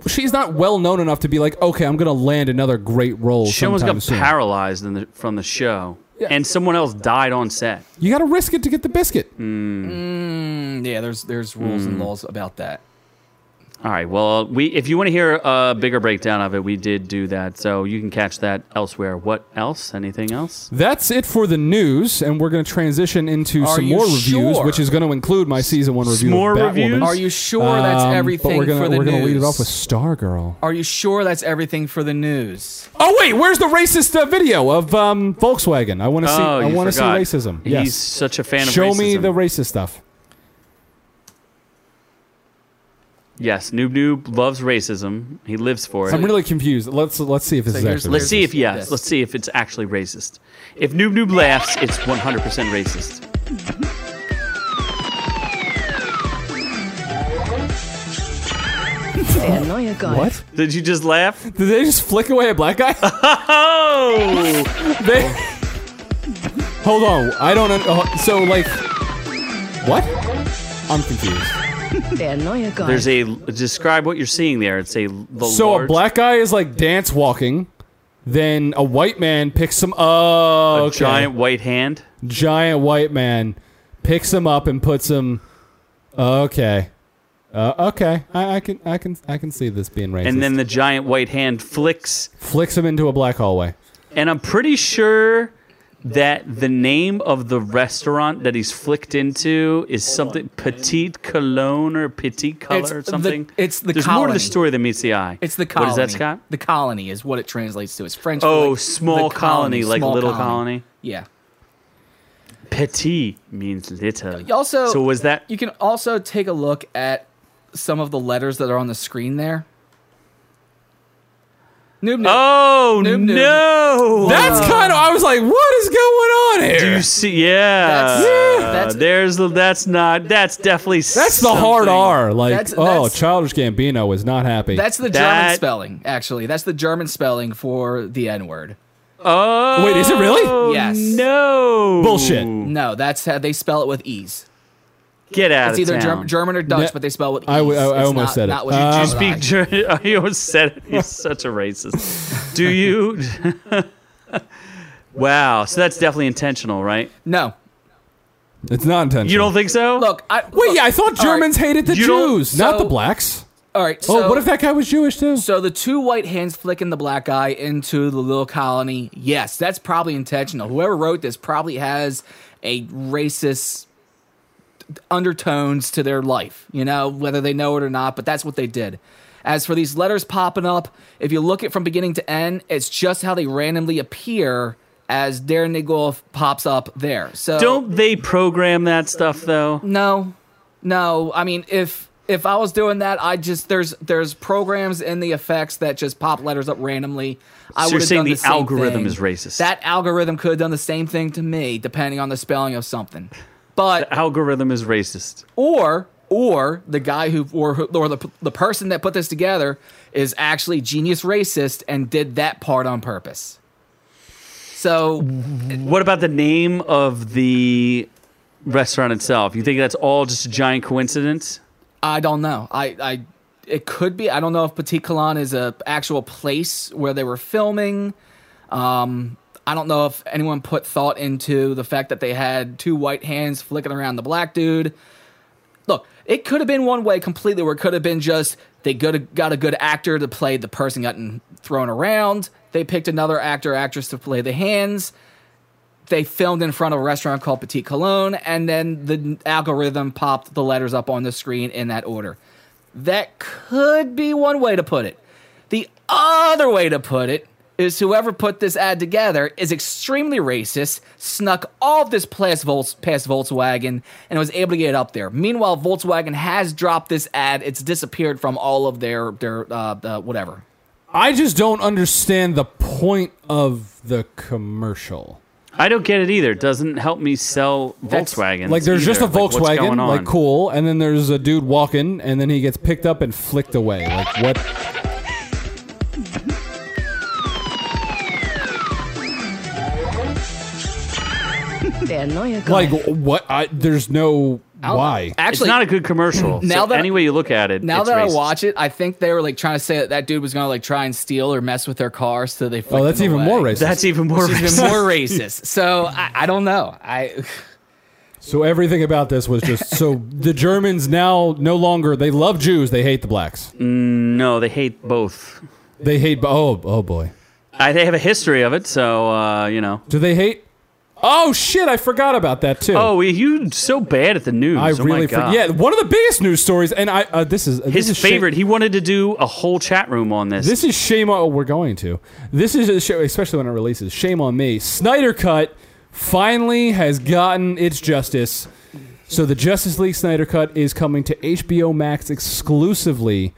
she's not well known enough to be like, okay, I'm gonna land another great role.
She almost
sometime
got
soon.
paralyzed in the, from the show, and someone else died on set.
You gotta risk it to get the biscuit.
Mm, Yeah, there's there's rules
Hmm.
and laws about that.
All right. Well, uh, we if you want to hear a bigger breakdown of it, we did do that, so you can catch that elsewhere. What else? Anything else?
That's it for the news, and we're going to transition into
Are
some
you
more reviews,
sure?
which is going to include my season one review.
more
of Batwoman.
reviews?
Are you sure that's
Um,
everything
but we're gonna,
for the
we're gonna
news?
lead it off with Stargirl.
Are you sure that's everything for the news?
Oh wait, where's the racist uh, video of um, Volkswagen? I want to see.
oh,
I
you
want to see
forgot.
racism.
He's
yes.
such a fan of
Show
racism.
me the racist stuff.
Yes, Noob Noob loves racism. He lives for it.
I'm really confused. Let's let's see if this is
here's-
actually.
Let's
racist.
see if yes.
Yes.
Let's see if it's actually racist. If Noob Noob laughs, it's 100% racist.
What?
Did you just laugh?
Did they just flick away a black guy?
Oh!
they. Hold on. I don't. Un- oh, so like, what? I'm confused.
There's a describe what you're seeing there. It's a the
So
large,
a black guy is like dance walking, then a white man picks him. Oh,
a
okay.
giant white hand.
giant white man picks him up and puts him. Okay, uh, okay, I, I can I can I can see this being racist.
And then the giant white hand flicks
flicks him into a black hallway.
and I'm pretty sure that the name of the restaurant that he's flicked into is something Petite Cologne or Petit Color
It's
or
the-
something.
it's the
There's more to
colony.
the story than meets the eye.
It's the colony.
What is that, Scott?
The colony is what it translates to. It's French.
Oh,
for like
small
the
colony, like
small
little colony.
Yeah.
Petit means little.
Also,
so was that?
You can also take a look at some of the letters that are on the screen there. Noob, noob.
Oh
Noob, noob.
no!
Oh.
That's kind of. I was like, what is going on
Do
here?
you see? Yeah. Uh,
That's- Yeah. that's-
there's the. That's not. That's definitely.
that's the hard
something.
R. Like,
That's-
oh,
that's-
Childish Gambino was not happy.
That's the German
That-
spelling, actually. That's the German spelling for the N word.
Oh.
Wait, is it really?
Yes.
No.
Bullshit.
No, that's how they spell it with ease.
Get out
It's
of
either
town.
Germ- German or Dutch,
Yeah.
but they spell it with ease.
I w- I- I
It's
almost
not-
said it.
Not what you
Um,
You
Did
speak.
speak German. I almost said it. He's such a racist. Do you? wow. So that's definitely intentional, right?
No.
It's not intentional.
You don't think so?
Look, I.
Wait,
look,
yeah, I thought
all right,
Germans hated the
You don't-
Jews, not the
so-
blacks.
All right.
Oh,
So,
what if that guy was Jewish too?
So the two white hands flicking the black guy into the little colony. Yes, that's probably intentional. Whoever wrote this probably has a racist undertones to their life, you know, whether they know it or not, but that's what they did. As for these letters popping up, if you look at from beginning to end, it's just how they randomly appear as Darren Nigolf pops up there. So
Don't they program that stuff though?
no, no. I mean, if if I was doing that, I just there's there's programs in the effects that just pop letters up randomly. I
So you're
would've
saying
done
the
same
algorithm
thing.
is racist.
That algorithm could have done the same thing to me, depending on the spelling of something. But
Algorithm is racist.
or or the guy who or who- or the the person that put this together is actually genius racist and did that part on purpose. So
What about the name of the restaurant itself? You think that's all just a giant coincidence?
I don't know. I, I it could be. I don't know if Petit Colon is a actual place where they were filming. Um, I don't know if anyone put thought into the fact that they had two white hands flicking around the black dude. Look, it could have been one way completely, where it could have been just they good, got a good actor to play the person gotten thrown around. They picked another actor actress to play the hands they filmed in front of a restaurant called Petit Cologne, and then the algorithm popped the letters up on the screen in that order. That could be one way to put it. The other way to put it is whoever put this ad together is extremely racist, snuck all of this past, Volks, past Volkswagen, and was able to get it up there. Meanwhile, Volkswagen has dropped this ad. It's disappeared from all of their, their uh, uh, whatever.
I just don't understand the point of the commercial.
I don't get it either. It doesn't help me sell Volkswagen.
Like, there's just a
Like,
Volkswagen,
what's going on?
like cool, and then there's a dude walking, and then he gets picked up and flicked away. Like, what? Like, what? I, there's no why.
It's not a good commercial.
Now
so
that-
any way you look at it,
Now
it's
that
racist.
I watch it, I think they were like trying to say that that dude was gonna like try and steal or mess with their car, so they.
Oh, that's even more racist.
that's even more
Even
racist.
more racist. So I, I don't know. I
so everything about this was just so the Germans now no longer they love Jews, they hate the blacks.
No, they hate both.
They hate. Oh, oh boy.
I, they have a history of it, so uh, you know.
Do they hate? Oh shit! I forgot about that too.
Oh, you so bad at the news.
I
oh my
really
God.
forget. Yeah, one of the biggest news stories, and I uh, this is this
His
is shame-
favorite. He wanted to do a whole chat room on this.
this is shame on. Oh, we're going to. This is a show, especially when it releases. Shame on me. Snyder Cut finally has gotten its justice. So the Justice League Snyder Cut is coming to HBO Max exclusively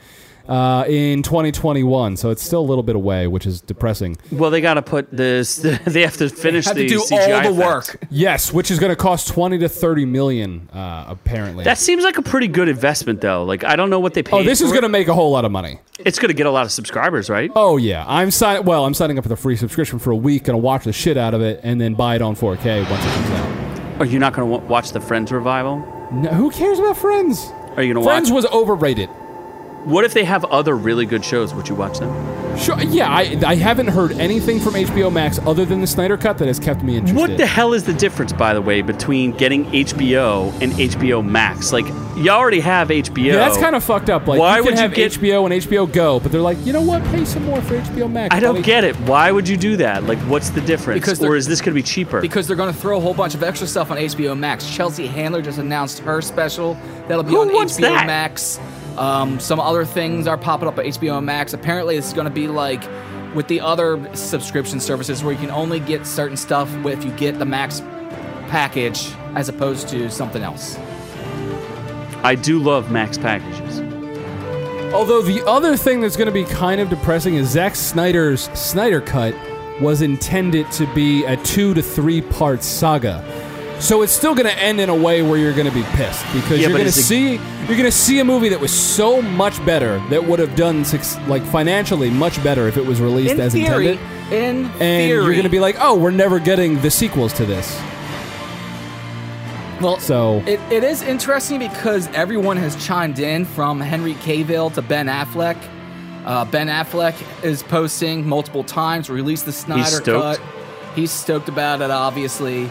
uh, in 2021. So it's still a little bit away, which is depressing.
well, they got to put this. They have to finish
had
the
to do
CGI
all the
effects.
work.
Yes, which is going to cost 20 to 30 million, uh, apparently.
That seems like a pretty good investment, though. Like I don't know what they paid.
oh, this is
for
going to make a whole lot of money.
it. It's going to get a lot of subscribers, right?
Oh yeah, I'm sign. Well, I'm signing up for the free subscription for a week. Gonna watch the shit out of it, and then buy it on 4K once it comes out.
Are you not going to w- watch the Friends revival?
No, who cares about Friends?
Are you going to watch?
Friends was overrated.
what if they have other really good shows? Would you watch them?
Sure, yeah, I, I haven't heard anything from HBO Max other than the Snyder Cut that has kept me interested.
What the hell is the difference, by the way, between getting HBO and HBO Max? Like, you already have HBO.
Yeah, that's kind of fucked up. Like,
Why
you can
would you
have
get-
HBO and HBO Go, but they're like, you know what? Pay some more for HBO Max.
I don't
buddy."
get it. Why would you do that? Like, what's the difference?
Because they're-
or is this going to be cheaper?
Because they're going to throw a whole bunch of extra stuff on HBO Max. Chelsea Handler just announced her special that'll be
Who
on
wants
HBO
that?
Max. Um, some other things are popping up at HBO Max. Apparently, it's going to be like with the other subscription services where you can only get certain stuff if you get the Max package as opposed to something else.
I do love Max packages.
Although the other thing that's going to be kind of depressing is Zack Snyder's Snyder Cut was intended to be a two to three part saga. So it's still going to end in a way where you're going to be pissed because
Yeah,
you're
but
going to
it's a-
see you're going to see a movie that was so much better that would have done suc- like financially much better if it was released
In
as
theory,
intended.
in
And
theory,
you're going to be like, "Oh, we're never getting the sequels to this."
Well,
So-
it, it is interesting because everyone has chimed in from Henry Cavill to Ben Affleck. Uh, ben Affleck is posting multiple times, release the Snyder
stoked.
cut. He's stoked about it, obviously.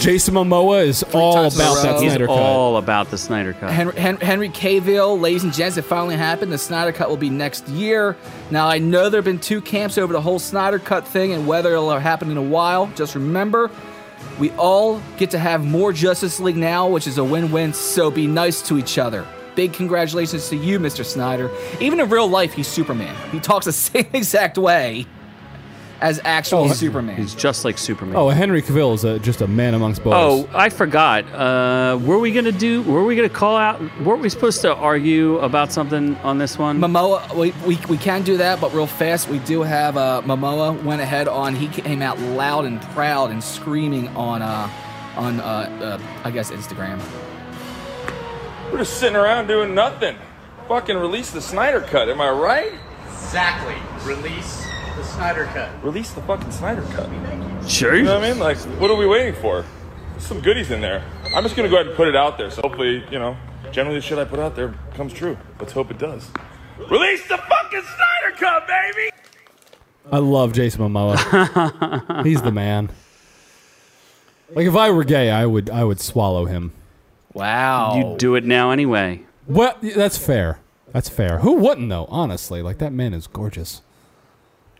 Jason Momoa is all
times in a
about that
row.
He's
Snyder Cut.
all about the Snyder Cut.
Henry, Hen- Henry Cavill, ladies and gents, it finally happened. The Snyder Cut will be next year. Now, I know there have been two camps over the whole Snyder Cut thing and whether it'll happen in a while. Just remember, we all get to have more Justice League now, which is a win win, so be nice to each other. Big congratulations to you, Mr. Snyder. Even in real life, he's Superman. He talks the same exact way as actual
Oh,
Superman.
He's just like Superman.
Oh, Henry Cavill is uh just a man amongst boys.
Oh, I forgot. Uh, were we gonna do? Were we gonna call out? Weren't we supposed to argue about something on this one?
Momoa, we, we, we can do that, but real fast, we do have uh, Momoa went ahead on. He came out loud and proud and screaming on uh on uh, uh I guess Instagram.
We're just sitting around doing nothing. Fucking release the Snyder Cut, am I right?
Exactly. Release the Snyder Cut.
Release the fucking Snyder Cut. You
Jesus.
know what I mean? Like, what are we waiting for? There's some goodies in there. I'm just gonna go ahead and put it out there, so hopefully, you know, generally the shit I put out there comes true. Let's hope it does. Release the fucking Snyder Cut, baby!
I love Jason Momoa. He's the man. Like if I were gay, I would I would swallow him.
Wow,
Oh.
You do it now anyway.
Well, that's fair. That's fair. Who wouldn't though? Honestly, like that man is gorgeous.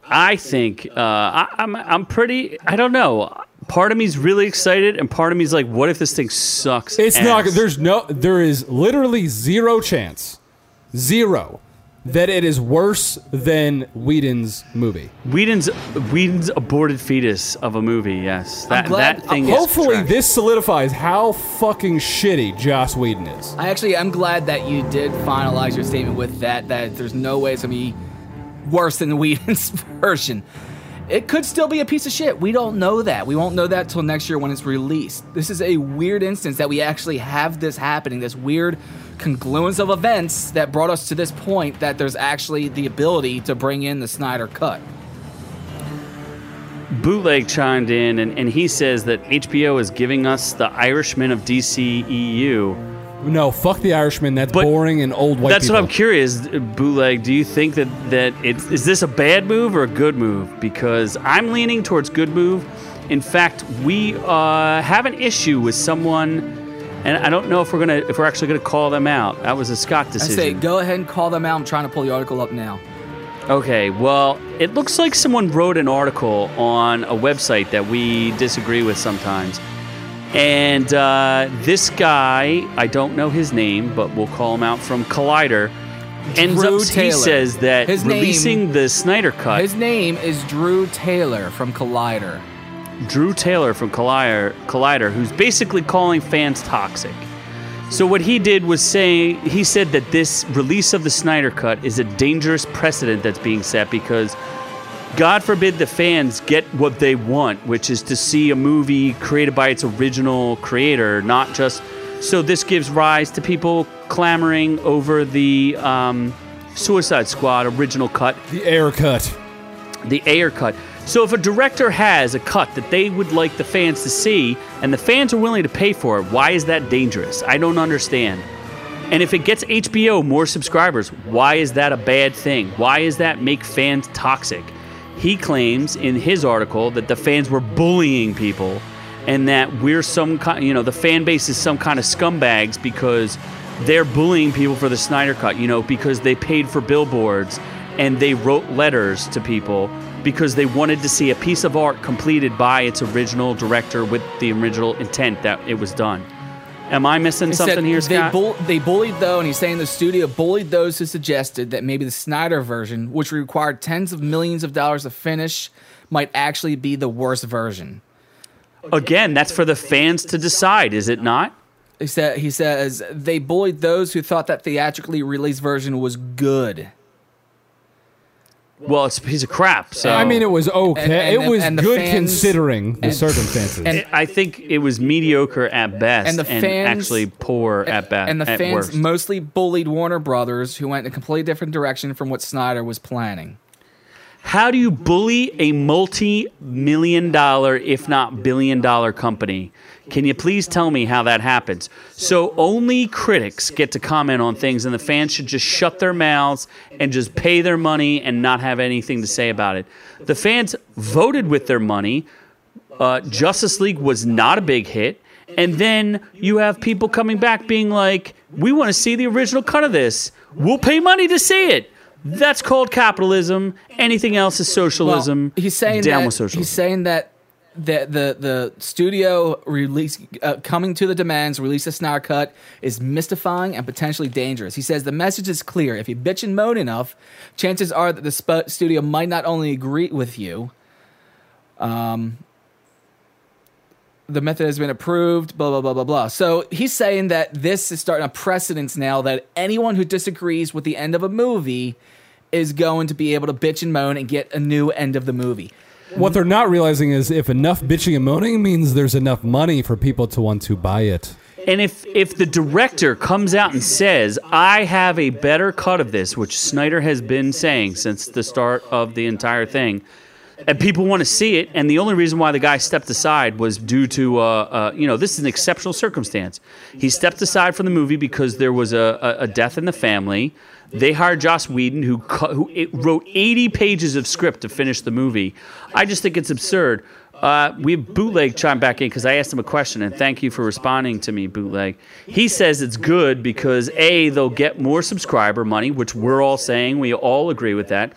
I think uh, I, I'm. I'm pretty. I don't know. Part of me's really excited, and part of me's like, "What if this thing sucks?"
It's
ass?
not. There's no. There is literally zero chance, zero, that it is worse than Whedon's movie.
Whedon's Whedon's aborted fetus of a movie. Yes, that
glad-
that thing.
Hopefully,
is trash.
this solidifies how fucking shitty Joss Whedon is.
I actually I'm glad that you did finalize your statement with that. That there's no way it's gonna be worse than Whedon's version. It could still be a piece of shit. We don't know that. We won't know that till next year when it's released. This is a weird instance that we actually have this happening. This weird congluence of events that brought us to this point that there's actually the ability to bring in the Snyder cut.
Bootleg chimed in, and, and he says that HBO is giving us the Irishman of E DCEU.
No, fuck the Irishman. That's
But-
boring and old white.
That's
people.
what I'm curious, bootleg. Do you think that that it's is this a bad move or a good move? Because I'm leaning towards good move. In fact, we uh, have an issue with someone, and I don't know if we're gonna if we're actually gonna call them out. That was a Scott
I say,
decision.
go ahead and call them out. I'm trying to pull the article up now.
Okay, well, it looks like someone wrote an article on a website that we disagree with sometimes. And uh, this guy, I don't know his name, but we'll call him out from Collider. Ends
Drew
up, he
Taylor.
says that
His name-
releasing the Snyder Cut,
His name is Drew Taylor from Collider.
Drew Taylor from Collider, Collider, who's basically calling fans toxic. So what he did was say he said that this release of the Snyder Cut is a dangerous precedent that's being set because God forbid the fans get what they want, which is to see a movie created by its original creator, not just. So this gives rise to people clamoring over the um, Suicide Squad original cut
The air cut.
the air cut. So if a director has a cut that they would like the fans to see and the fans are willing to pay for it, why is that dangerous? I don't understand. And if it gets HBO more subscribers, why is that a bad thing? Why is that make fans toxic? He claims in his article that the fans were bullying people and that we're some kind, you know, the fan base is some kind of scumbags because they're bullying people for the Snyder Cut, you know, because they paid for billboards and they wrote letters to people because they wanted to see a piece of art completed by its original director with the original intent that it was done. Am I missing
He said
something here,
they,
Scott?
bull- they bullied though, and he's saying the studio bullied those who suggested that maybe the Snyder version, which required tens of millions of dollars to finish, might actually be the worst version.
Again, that's for the fans to decide, is it not?
He said he says they bullied those who thought that theatrically released version was good.
Well, it's a piece of crap. So
I mean, it was okay.
And- and-
it was
and the
good
fans-
considering the
and-
circumstances.
I think it was mediocre at best, and,
And the fans-
actually poor at best.
and the
at
fans
worst.
mostly bullied Warner Brothers, who went in a completely different direction from what Snyder was planning.
How do you bully a multi-million dollar, if not billion dollar company? Can you please tell me how that happens? So only critics get to comment on things and the fans should just shut their mouths and just pay their money and not have anything to say about it. The fans voted with their money. Uh, Justice League was not a big hit. And then you have people coming back being like, we want to see the original cut of this. We'll pay money to see it. That's called capitalism. Anything else is
Well,
socialism.
he's saying
down
that,
with socialism.
He's saying that the the the studio release uh, coming to the demands release a snark cut is mystifying and potentially dangerous. He says the message is clear. If you bitch and moan enough, chances are that the sp- studio might not only agree with you. Um. The method has been approved, blah, blah, blah, blah, blah. So he's saying that this is starting a precedence now that anyone who disagrees with the end of a movie is going to be able to bitch and moan and get a new end of the movie.
what they're not realizing is if enough bitching and moaning means there's enough money for people to want to buy it.
And if if the director comes out and says, "I have a better cut of this," which Snyder has been saying since the start of the entire thing, and people want to see it, and the only reason why the guy stepped aside was due to, uh, uh, you know, this is an exceptional circumstance. He stepped aside from the movie because there was a, a, a death in the family. They hired Joss Whedon, who cut, who it wrote 80 pages of script to finish the movie. I just think it's absurd. Uh, we have bootleg chime back in because I asked him a question, and thank you for responding to me, bootleg. He says it's good because a they'll get more subscriber money, which we're all saying we all agree with that,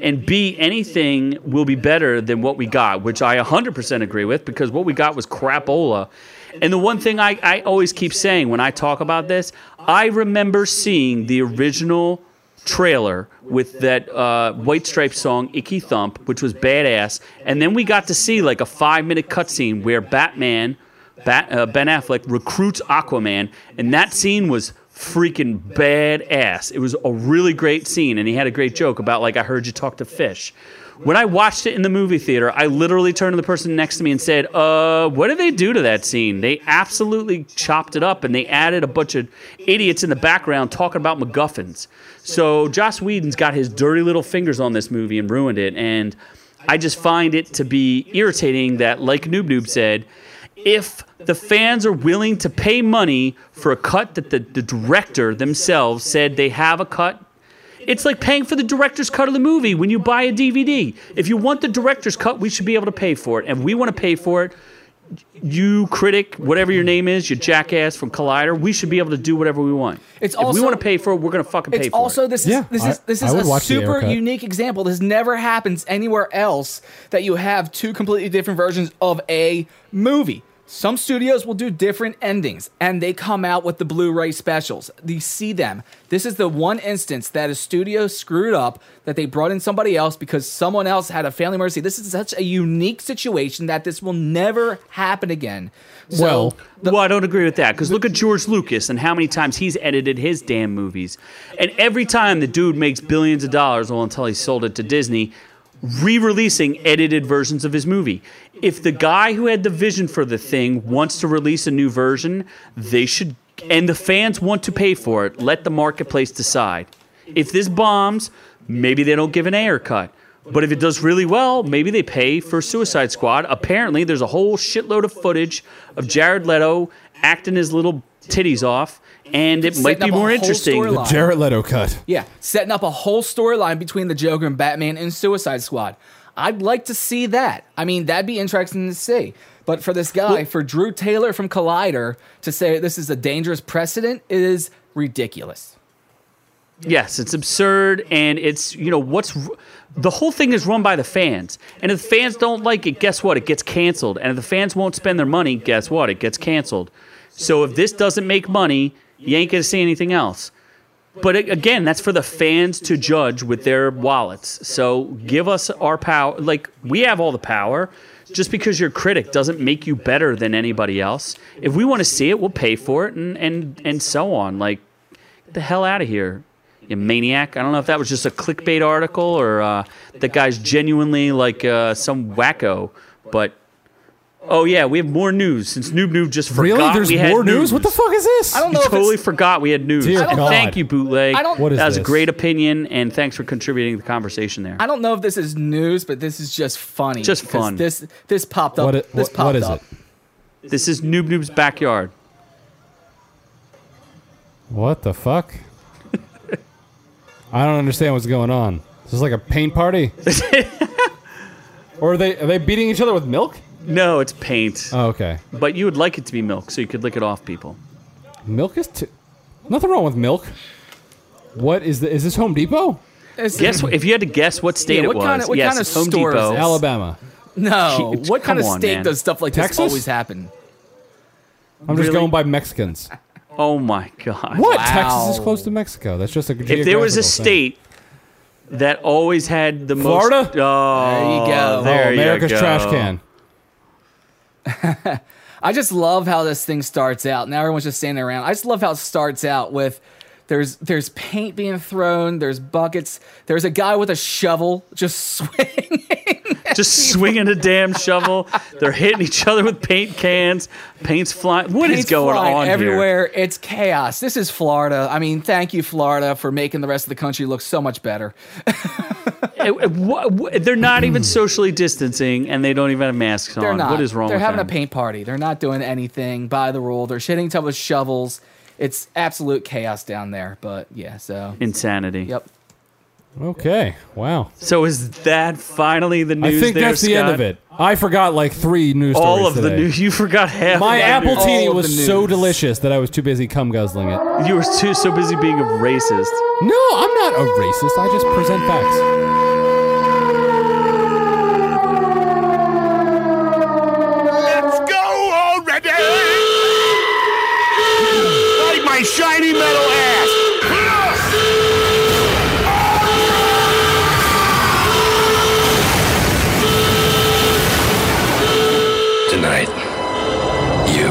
and b anything will be better than what we got, which I 100% agree with because what we got was crapola. And the one thing I, I always keep saying when I talk about this, I remember seeing the original trailer with that uh, White Stripes song "Icky Thump," which was badass. And then we got to see like a five-minute cutscene where Batman, Bat, uh, Ben Affleck, recruits Aquaman, and that scene was freaking badass. It was a really great scene, and he had a great joke about like I heard you talk to fish. When I watched it in the movie theater, I literally turned to the person next to me and said, "Uh, what did they do to that scene? They absolutely chopped it up and they added a bunch of idiots in the background talking about MacGuffins." So Joss Whedon's got his dirty little fingers on this movie and ruined it. And I just find it to be irritating that, like Noob Noob said, if the fans are willing to pay money for a cut that the, the director themselves said they have a cut it's like paying for the director's cut of the movie when you buy a DVD. If you want the director's cut, we should be able to pay for it. And we want to pay for it. You critic, whatever your name is, you jackass from Collider, we should be able to do whatever we want.
It's
if we
also-
want to pay for it, we're going to fucking pay
It's
for
also
it.
this
Yeah,
is this
I-
is this
I
is
would
a
watch the
super
air cut.
unique example. This never happens anywhere else that you have two completely different versions of a movie. Some studios will do different endings and they come out with the Blu-ray specials. You see them. This is the one instance that a studio screwed up that they brought in somebody else because someone else had a family emergency. This is such a unique situation that this will never happen again. So,
Well-
well, I don't agree with that because look at George Lucas and how many times he's edited his damn movies, and every time the dude makes billions of dollars, well, until he sold it to Disney, re-releasing edited versions of his movie. If the guy who had the vision for the thing wants to release a new version, they should, and the fans want to pay for it. Let the marketplace decide. If this bombs, maybe they don't give an air cut. But if it does really well, maybe they pay for Suicide Squad. Apparently, there's a whole shitload of footage of Jared Leto acting his little titties off and it might
Setting
be
up a
more
whole
interesting.
storyline. The Jared
Leto cut.
Yeah, setting up a whole storyline between the Joker and Batman and Suicide Squad. I'd like to see that. I mean, that'd be interesting to see. But for this guy, for Drew Taylor from Collider to say this is a dangerous precedent is ridiculous.
Yes, it's absurd, and it's you know what's the whole thing is run by the fans, and if the fans don't like it, guess what? It gets canceled, and if the fans won't spend their money, guess what? It gets canceled. So if this doesn't make money, you ain't gonna see anything else. But it, again, that's for the fans to judge with their wallets. So give us our power. Like we have all the power. Just because you're a critic doesn't make you better than anybody else. If we want to see it, we'll pay for it, and and and so on. Like get the hell out of here, you maniac! I don't know if that was just a clickbait article or uh, that guy's genuinely like uh, some wacko. But oh yeah, we have more news since Noob Noob just forgot.
Really? There's
we had
more news? What the fuck is this?
I don't
you
know if
totally
it's,
forgot we had news.
Dear
Well,
God.
Thank you, bootleg.
I don't-
What is
that was a
this?
great opinion, and thanks for contributing to the conversation there.
I don't know if this is news, but this is just funny.
Just
because
fun.
This this popped up.
What, i-
this
what,
popped
what is
up.
it?
This is Noob Noob's backyard.
What the fuck? I don't understand what's going on. Is this like a paint party? or are they are they beating each other with milk?
No, it's paint,
Oh, okay.
but you would like it to be milk, so you could lick it off people.
Milk is too. Nothing wrong with milk. What is the, is this Home Depot?
It's-
Guess what, if you had to guess what state
Yeah, what
it was.
kinda- what
yes,
kinda
it's Home
store is
Depot.
this?
Alabama.
No.
Jeez,
what kind of
come on,
state
man.
does stuff like
Texas?
this always happen?
I'm just
Really?
going by Mexicans.
Oh my god!
What?
Wow.
Texas is close to Mexico. That's just a.
If there was a
geographical thing.
state that always had the
Florida?
most, oh,
There you go.
There
oh,
you
America's
go.
trash can.
I just love how this thing starts out. Now everyone's just standing around. I just love how it starts out with there's there's paint being thrown, there's buckets, there's a guy with a shovel just swinging.
Just swinging a damn shovel. They're hitting each other with paint cans. Paint's flying. What is
Paint's
going
flying
on here?
everywhere. It's chaos. This is Florida. I mean, thank you, Florida, for making the rest of the country look so much better.
Uh, uh, wha- wha- They're not even
Hmm.
socially distancing, and they don't even have masks
They're
on.
not.
What is wrong?
They're
with
having
them?
a paint party. They're not doing anything by the rule. They're shitting each other with shovels. It's absolute chaos down there. But yeah, so
Insanity.
yep.
Okay. Wow.
So is that finally the news?
I think
there,
that's the end
Scott?
of it. I forgot like three news
All
stories
of the
today.
news. You forgot half.
My
of the
apple
news.
teeny
All of the
was so
news.
delicious that I was too busy cum guzzling it.
You were too so busy being a racist.
No, I'm not a racist. I just present facts.
Let's go already! Like my shiny metal ass!
Tonight, you.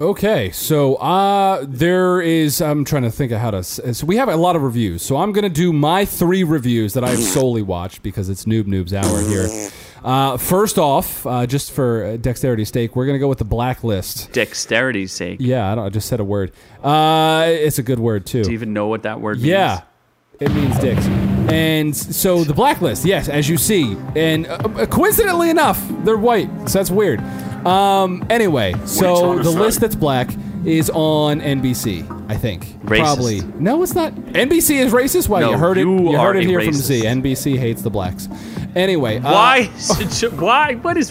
Okay, so uh there is I'm trying to think of how to s- so we have a lot of reviews. So I'm going to do my three reviews that I've solely watched because it's Noob Noob's hour here. Uh, first off, uh, just for uh, dexterity's sake, we're going to go with the blacklist.
Dexterity's sake.
Yeah, I, don't, I just said a word. Uh, it's a good word too.
Do you even know what that word means?
Yeah, it means dicks. And so the blacklist, yes, as you see, and uh, coincidentally enough, they're white, so that's weird. Um, anyway, so
trying to
the
say?
list that's black is on NBC, I think.
Racist.
Probably. No, it's not. NBC is racist. Well,
No,
you heard it.
you
You heard
are
it
a
here from
racist.
Z. NBC hates the blacks. Anyway, uh,
Why? why? What is?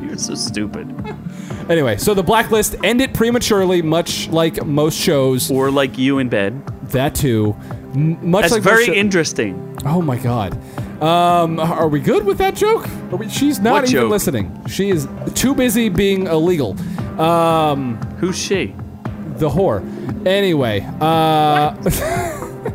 You're so stupid.
Anyway, so the blacklist ended prematurely, much like most shows.
Or like you in bed.
That too. M- much
That's
like most
very
sho-
interesting.
Oh my god. Um, are we good with that joke? Are we, she's not
What
even
joke?
listening. She is too busy being illegal. Um,
Who's she?
the whore. Anyway, uh,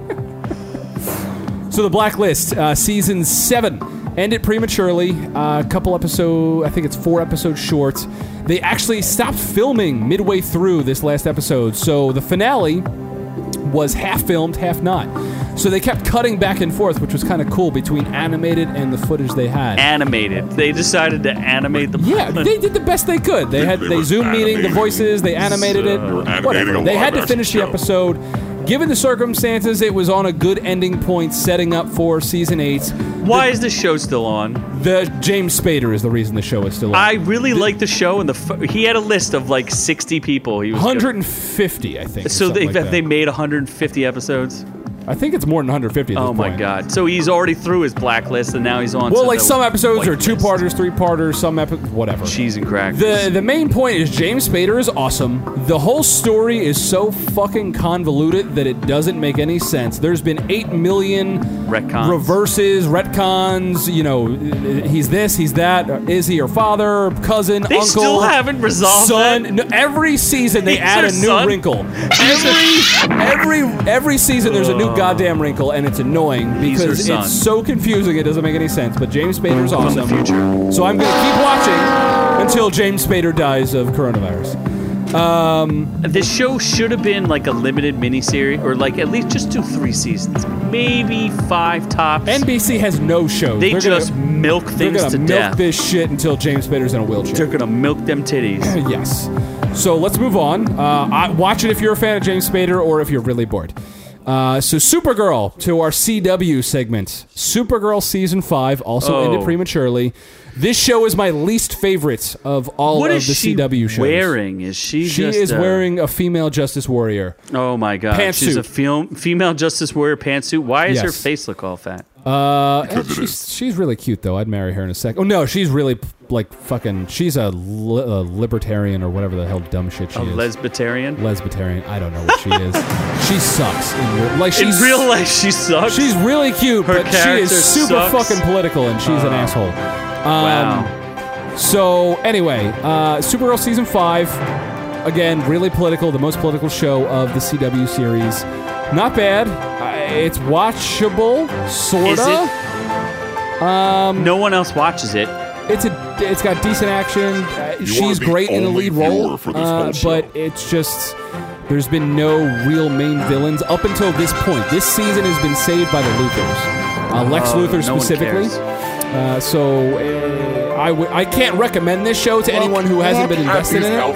so the blacklist uh, season seven ended prematurely. A couple episode, I think it's four episodes short. They actually stopped filming midway through this last episode, so the finale was half filmed, half not. So they kept cutting back and forth, which was kind of cool between animated and the footage they had.
Animated. They decided to animate the.
Yeah,
pilot.
they did the best they could. They had
They
they
were
Zoom meeting the
animating.
voices, they animated it.
They were animating
Whatever.
a
They had to
live-action
finish the
show.
episode, Given the circumstances, it was on a good ending point, setting up for season eight.
Why is the show still on?
The James Spader is the reason the show is still on.
I really like the show, and the f- he had a list of like sixty people. He was
150, I think. or
So they
something like that.
they made 150 episodes.
I think it's more than 150. At this
Oh my
point.
god! So he's already through his blacklist, and now he's on.
Well,
to
like
the
some episodes are
whitelist.
two parters, three parters, some episodes, whatever.
Cheese and crackers.
The the main point is James Spader is awesome. The whole story is so fucking convoluted that it doesn't make any sense. There's been eight million
Retcons.
reverses, retcons. You know, he's this, he's that. Is he your father, cousin,
They
uncle?
still haven't resolved
son.
that?
No, every season they
He's
add
your
a new
son?
wrinkle. Every every every season there's a new goddamn wrinkle, and it's annoying
your
because
son.
it's so confusing. It doesn't make any sense. But James Spader's
From the
awesome. So I'm going to keep watching until James Spader dies of coronavirus. Um,
This show should have been like a limited miniseries, or like at least just do three seasons, maybe five tops.
NBC has no show.
They just milk
They're
things
gonna
to
milk
death.
this shit until James Spader's in a wheelchair.
They're gonna milk them titties.
yes. So let's move on. Uh, I, watch it if you're a fan of James Spader or if you're really bored. Uh, so Supergirl to our CW segment. Supergirl season five also
Oh.
ended prematurely. This show is my least favorite of all
What
of
is
the
she
CW shows.
wearing? Is she?
She
just
is
a-
wearing a female Justice Warrior.
Oh my god! She's
pantsuit.
a fem- female Justice Warrior pantsuit. Why does her
Yes.
face look all fat?
Uh, and she's, she's really cute though. I'd marry her in a sec. Oh no, she's really like fucking. She's a, li- a libertarian or whatever the hell dumb shit she
A
is.
lesbitarian.
Lesbitarian. I don't know what she is. she sucks. In real, like
In
she's
real life, she sucks.
She's really cute,
Her
but she is
character
super
sucks.
fucking political, and she's an asshole. Um, So anyway, uh, Supergirl season five, again, really political, the most political show of the CW series. Not bad. Uh, It's watchable, sorta.
Is it?
Um,
no one else watches it.
It's a. It's got decent action. Uh,
You
She's
are the
great in the
only
lead role,
viewer for this
uh,
whole show.
but it's just there's been no real main villains up until this point. This season has been saved by the Luthers, uh, Lex
Oh, no one
Luthor specifically.
cares.
Uh, so uh, I w- I can't recommend this show to anyone who hasn't been invested in it.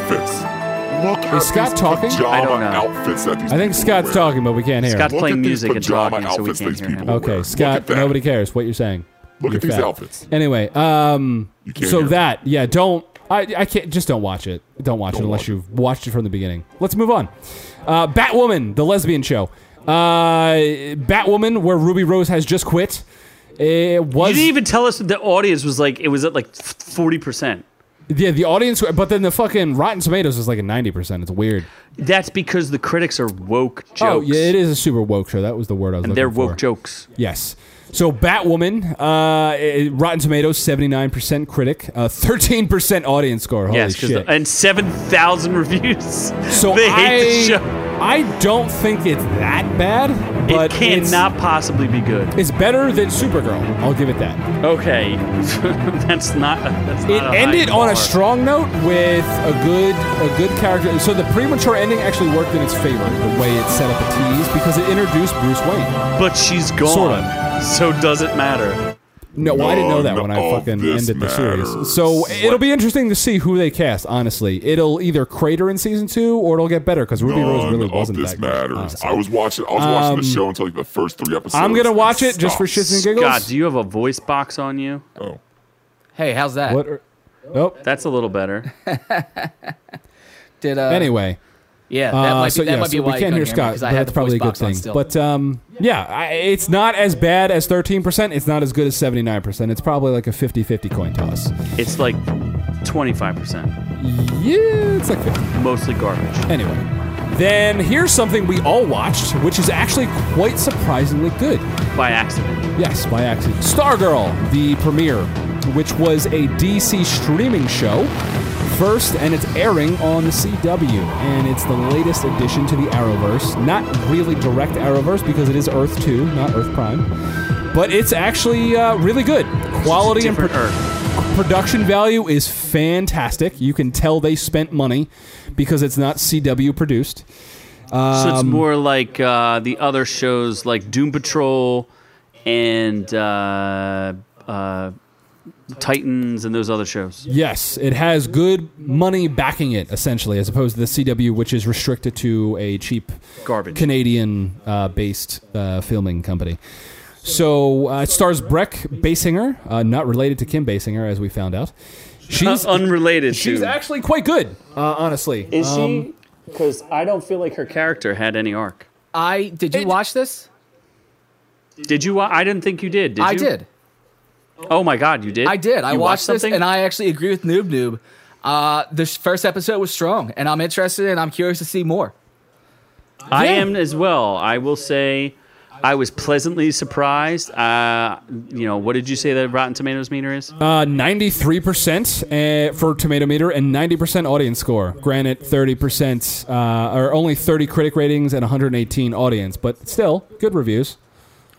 Look
Is Scott talking?
I don't know. Outfits that these
I think Scott's talking, but we can't hear.
Scott's
him.
playing music and talking, so we
outfits
can't
these
hear him.
Okay, Scott. Nobody cares what you're saying.
Look
You're
at these
fat.
outfits.
Anyway, um,
can't
so
hear.
that yeah, don't I? I can't just don't watch it. Don't watch it unless you've watched it from the beginning. Let's move on. Uh, Batwoman, the lesbian show. Uh, Batwoman, where Ruby Rose has just quit. It was
You didn't even tell us that the audience was like it was at like forty percent.
yeah the audience, but then the fucking Rotten Tomatoes was like a ninety percent. It's weird.
That's because the critics are woke jokes.
Oh yeah, it is a super woke show. That was the word I was.
and
looking
they're
for.
woke jokes.
Yes. So Batwoman, uh, eh, Rotten Tomatoes, seventy nine percent critic, uh, thirteen percent audience score. Holy
yes, 'cause
shit!
the- and seven thousand reviews.
So
they
I,
hate the show.
I don't think it's that bad, but
it
it's,
cannot possibly be good.
it's better than Supergirl. I'll give it that.
Okay, that's not. That's not
It
a Uh, high
ended on
bar.
a strong note with a good a good character. So the premature ending actually worked in its favor, the way it set up a tease because it introduced Bruce Wayne.
But she's gone, so does it matter?
No, well, I didn't know that when I
of
fucking
this
ended the series. So it'll be interesting to see who they cast. Honestly, it'll either crater in season two or it'll get better because Ruby Rose really wasn't
this
that good.
matters. I was watching. I was watching the
Um,
show until like the first three episodes.
I'm gonna watch it just for shits and giggles.
God, do you have a voice box on you?
Oh,
Hey, how's that?
What er, are- nope.
That's a little better.
Did uh,
anyway.
Yeah, that
Uh,
might be,
so
that
yeah,
might be
so
why
we can't
you couldn't
hear
me,
Scott.
'cause
but
I had
that's
the
probably a
voice
good
box on
thing.
still.
But um, yeah, I, it's not as bad as 13%. It's not as good as 79%. It's probably like a 50-50 coin toss.
It's like twenty-five percent,
Yeah, it's like 50.
mostly garbage.
Anyway, then here's something we all watched, which is actually quite surprisingly good.
By accident.
Yes, by accident. Stargirl, the premiere, which was a DC streaming show first, and it's airing on the CW, and it's the latest addition to the Arrowverse. Not really direct Arrowverse because it is Earth 2, not Earth Prime, but it's actually uh, really good. Quality and
different
pro- production value is fantastic. You can tell they spent money because it's not CW produced.
So it's
Um,
more like uh, the other shows, like Doom Patrol and uh, uh, Titans and those other shows.
Yes, it has good money backing it, essentially, as opposed to the CW, which is restricted to a cheap
garbage
Canadian uh, based uh, filming company. So uh, it stars Breck Basinger, uh, not related to Kim Basinger, as we found out. She's
Uh, unrelated.
She's
to-
actually quite good, uh, honestly.
Is
Um,
she? Because I don't feel like her character had any arc.
I did you watch this?
Did you? wa- I didn't think you did. did
I
you?
did.
Oh my god, you did.
I did. I
You
watched, this,
something?
and I actually agree with Noob Noob. Uh, this first episode was strong, and I'm interested, and I'm curious to see more.
I am as well. I will say, I was pleasantly surprised. Uh, you know, what did you say that Rotten Tomatoes meter is?
Uh,
Uh, Ninety-three percent uh, for Tomato Meter and ninety percent audience score. Granted, thirty percent uh, or only thirty critic ratings and one hundred and eighteen audience, but still good reviews.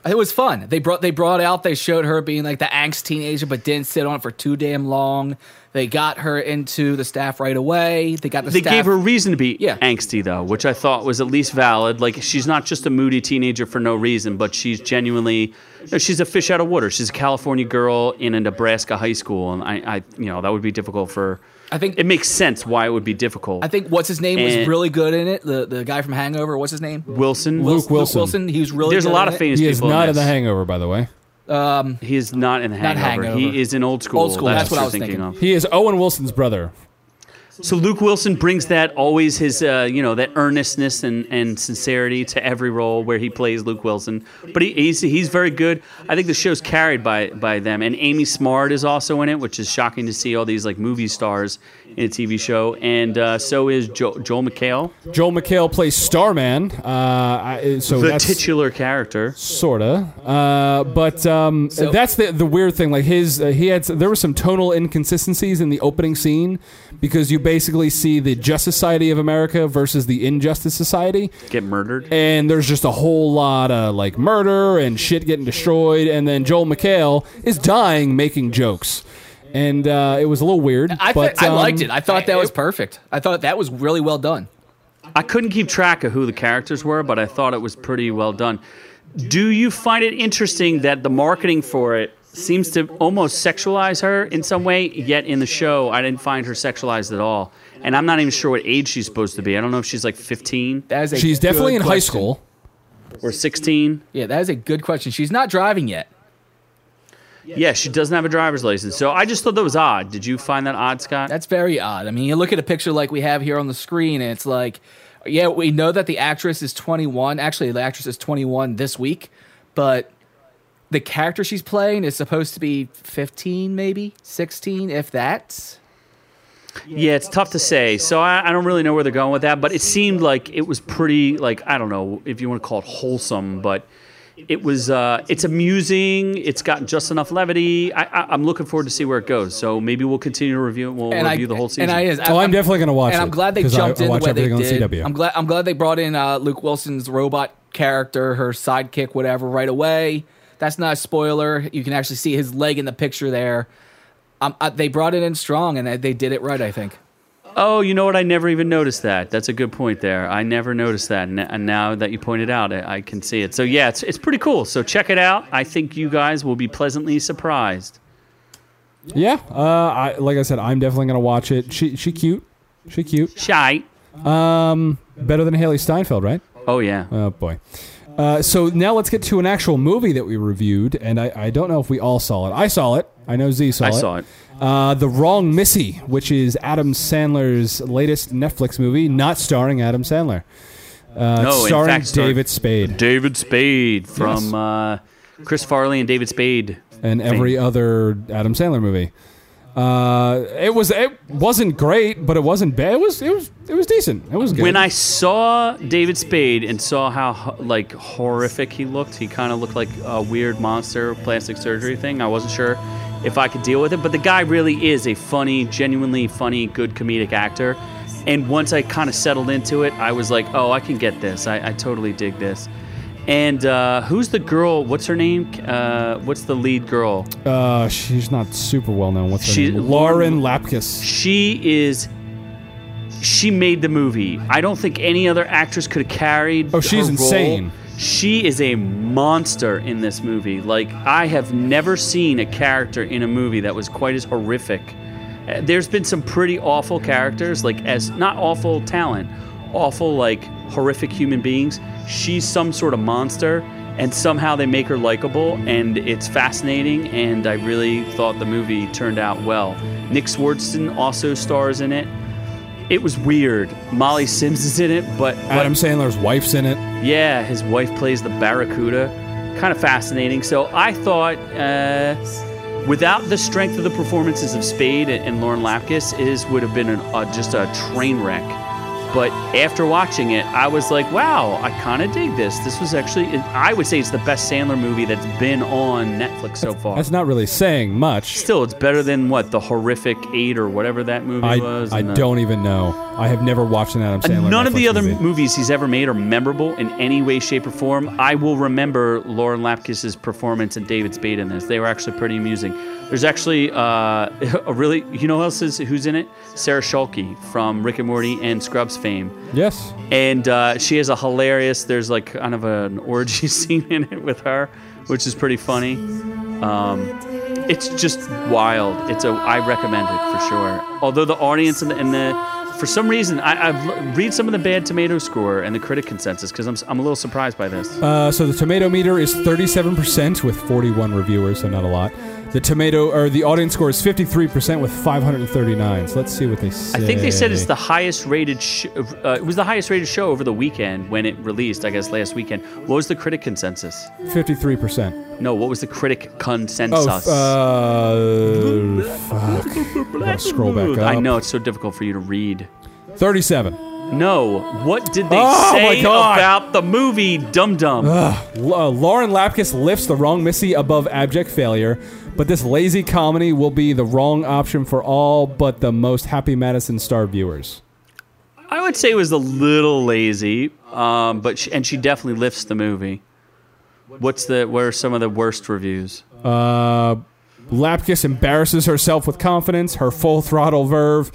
It was fun. They brought they brought out. They showed her being like the angst teenager, but didn't sit on it for too damn long. They got her into the staff right away. They got the
They
staff.
gave her reason to be angsty, though, which I thought was at least valid. Like she's not just a moody teenager for no reason, but she's genuinely, no, she's a fish out of water. She's a California girl in a Nebraska high school, and I, I, you know, that would be difficult for.
I think
it makes sense why it would be difficult.
I think what's his name was
And-
really good in it. The the guy from Hangover. What's his name?
Wilson,
Luke Wilson.
He was really.
There's a
good
lot
in
of
it.
famous
He is
people.
not
in
in the
this.
Hangover, by the way.
Um,
he is not in
Not
Hangover. He
Hangover.
is in Old School.
Old School, that's what I was
thinking,
thinking.
of.
He is Owen Wilson's brother.
So Luke Wilson brings that always his uh, you know that earnestness and, and sincerity to every role where he plays Luke Wilson. But he, he's he's very good. I think the show's carried by by them. And Amy Smart is also in it, which is shocking to see all these like movie stars in a TV show. And uh, so is jo- Joel McHale,
Joel McHale plays Starman. Uh, I- so
the
that's
titular character.
sorta. Uh, but um,
So-
that's the the weird thing. Like his, uh, he had there were some tonal inconsistencies in the opening scene because you basically see the Just Society of America versus the Injustice Society.
Get murdered.
And there's just a whole lot of like murder and shit getting destroyed, and then Joel McHale is dying making jokes, and uh, it was a little weird.
I, thi-
but
I
um,
liked it. I thought that was perfect. I thought that was really well done.
I couldn't keep track of who the characters were, but I thought it was pretty well done. Do you find it interesting that the marketing for it seems to almost sexualize her in some way, yet in the show, I didn't find her sexualized at all? And I'm not even sure what age she's supposed to be. I don't know if she's like 15.
a
She's definitely in high school.
Or 16.
Yeah, that is a good question. She's not driving yet.
Yeah, she doesn't have a driver's license. So I just thought that was odd. Did you find that odd, Scott?
That's very odd. I mean, you look at a picture like we have here on the screen, and it's like, yeah, we know that the actress is 21. Actually, the actress is 21 this week, but the character she's playing is supposed to be 15, maybe 16, if that.
Yeah, it's tough to say. So I, I don't really know where they're going with that, but it seemed like it was pretty like I don't know if you want to call it wholesome, but it was uh, it's amusing. It's got just enough levity. I, I, I'm looking forward to see where it goes. So maybe we'll continue to review it. We'll
And I-
review the whole season.
And I, is-
Oh, I'm definitely gonna watch
And I'm
it,
glad they
'cause I-
jumped
I
in the
watch
way they
everything on
did.
CW.
I'm glad. I'm glad they brought in uh, Luke Wilson's robot character, her sidekick, whatever, right away. That's not a spoiler. You can actually see his leg in the picture there. Um, uh, they brought it in strong, and they- they did it right. I think.
oh, you know what? I never even noticed that. That's a good point there. I never noticed that, and, and now that you pointed out, I, I can see it. So yeah, it's it's pretty cool. So check it out. I think you guys will be pleasantly surprised.
Yeah, uh, I like I said, I'm definitely gonna watch it. She she cute, she cute.
Shy.
Um, better than Haley Steinfeld, right?
Oh yeah.
Oh boy. Uh, so now let's get to an actual movie that we reviewed, and I, I don't know if we all saw it. I saw it. I know Z saw
I
it.
saw it.
Uh, the Wrong Missy, which is Adam Sandler's latest Netflix movie, not starring Adam Sandler. Uh,
No, Oh, in
starring
fact, star-
David Spade.
David Spade from
Yes.
uh, Chris Farley and David Spade.
and every other Adam Sandler movie. Uh, it was it wasn't great, but it wasn't bad. It was it was it was decent. It was good.
When I saw David Spade and saw how h- like horrific he looked, he kind of looked like a weird monster plastic surgery thing. I wasn't sure if I could deal with it, but the guy really is a funny, genuinely funny, good comedic actor. And once I kind of settled into it, I was like, oh, I can get this. I, I totally dig this. And uh, who's the girl? What's her name? Uh, what's the lead girl?
uh, she's not super well known. What's her
She-
name? Lauren Lapkus.
She is. She made the movie. I don't think any other actress could have carried.
Oh, she's
her role.
insane.
She is a monster in this movie. Like, I have never seen a character in a movie that was quite as horrific. Uh, There's been some pretty awful characters, like, as not awful talent, awful, like, horrific human beings. She's some sort of monster, and somehow they make her likable, and it's fascinating. And I really thought the movie turned out well. Nick Swartzen also stars in it. It was weird. Molly Sims is in it, but
Adam Sandler's wife's in it.
yeah, his wife plays the Barracuda. Kind of fascinating. So I thought, uh, without the strength of the performances of Spade and, and Lauren Lapkus, it is would have been an, uh, just a train wreck. But after watching it, I was like, wow, I kind of dig this. This was actually, I would say it's the best Sandler movie that's been on Netflix so far.
That's not really saying much.
Still, it's better than what, the horrific eight or whatever that movie
I,
was.
I
and the-
don't even know. I have never watched an Adam Sandler.
None of
Netflix
the other
movie.
movies he's ever made are memorable in any way, shape, or form. I will remember Lauren Lapkus's performance and David Spade in this. They were actually pretty amusing. There's actually uh, a really, you know who else is who's in it? Sarah Schulke from Rick and Morty and Scrubs fame.
Yes.
And uh, she has a hilarious. There's like kind of an orgy scene in it with her, which is pretty funny. Um, it's just wild. It's a. I recommend it for sure. Although the audience and the, and the for some reason I I've, l- read some of the bad tomato score and the critic consensus because I'm s- I'm a little surprised by this.
Uh, so the tomato meter is 37% with 41 reviewers, so not a lot. The tomato or the audience score is 53% with 539. So let's see what they say.
I think they said it's the highest rated. Sh- uh, it was the highest rated show over the weekend when it released. I guess last weekend. What was the critic consensus?
53%.
No, what was the critic consensus?
Oh, f- uh, fuck. I gotta scroll back up.
I know it's so difficult for you to read.
37.
No, what did they
Oh, my
say
God.
about the movie Dum Dum?
Ugh. L- uh, Lauren Lapkus lifts the wrong Missy above abject failure, but this lazy comedy will be the wrong option for all but the most happy Madison star viewers.
I would say it was a little lazy, um, but she, and she definitely lifts the movie. What's the? What are some of the worst reviews?
Uh, Lapkus embarrasses herself with confidence, her full throttle verve.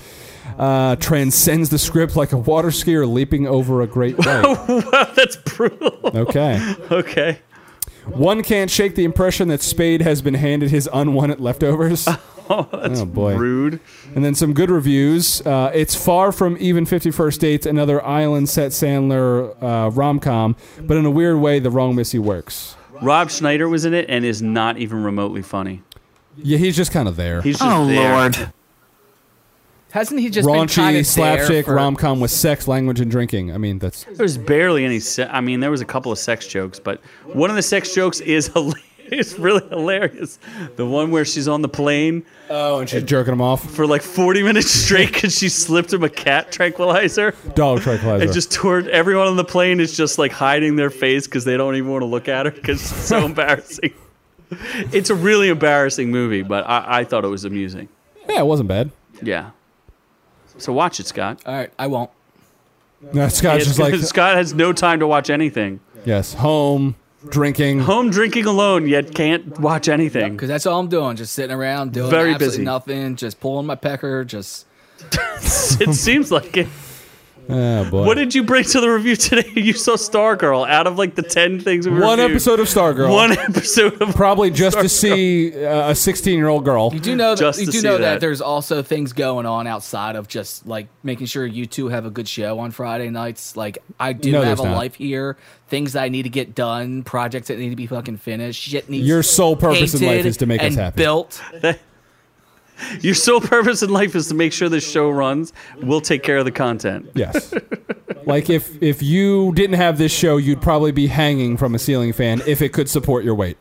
Uh, transcends the script like a water skier leaping over a great wave.
That's brutal.
Okay.
Okay.
One can't shake the impression that Spade has been handed his unwanted leftovers.
Oh, that's
boy.
rude.
And then some good reviews. Uh, it's far from even 51st Dates, another island set Sandler uh, rom com, but in a weird way, The Wrong Missy works.
Rob Schneider was in it and is not even remotely funny.
Yeah, he's just kind of there.
He's just there.
Hasn't he just been kinda
Raunchy,
there
slapstick
for-
rom com with sex, language, and drinking. I mean, that's.
There was barely any. Se- I mean, there was a couple of sex jokes, but one of the sex jokes is hila- It's really hilarious. The one where she's on the plane
Oh, and she's jerking him off.
for like 40 minutes straight because she slipped him a cat tranquilizer.
Dog tranquilizer.
And just toward everyone on the plane is just like hiding their face because they don't even want to look at her because it's so embarrassing. It's a really embarrassing movie, but I, I thought it was amusing.
yeah, it wasn't bad.
Yeah. So watch it, Scott.
All right, I won't.
No, Scott's just like,
Scott has no time to watch anything.
yes, home, drinking.
Home drinking alone, yet can't watch anything.
Because that's all I'm doing, just sitting around doing
Very
absolutely
busy.
nothing, just pulling my pecker, just
it seems like it.
Oh, boy.
What did you bring to the review today? You saw Stargirl out of like the 10 things we
One
reviewed.
episode of Stargirl.
One episode of
Probably just to see uh, a 16 year old girl.
You do know that
Just
you
to
do
see
know that.
that.
there's also things going on outside of just like making sure you two have a good show on Friday nights. Like I do
No, there's
have a
not.
life here, things that I need to get done, projects that need to be fucking finished, shit needs
Your sole purpose in life
painted
is to make us
and
happy.
Built.
Your sole purpose in life is to make sure this show runs. We'll take care of the content.
Yes. like if if you didn't have this show, you'd probably be hanging from a ceiling fan if it could support your weight.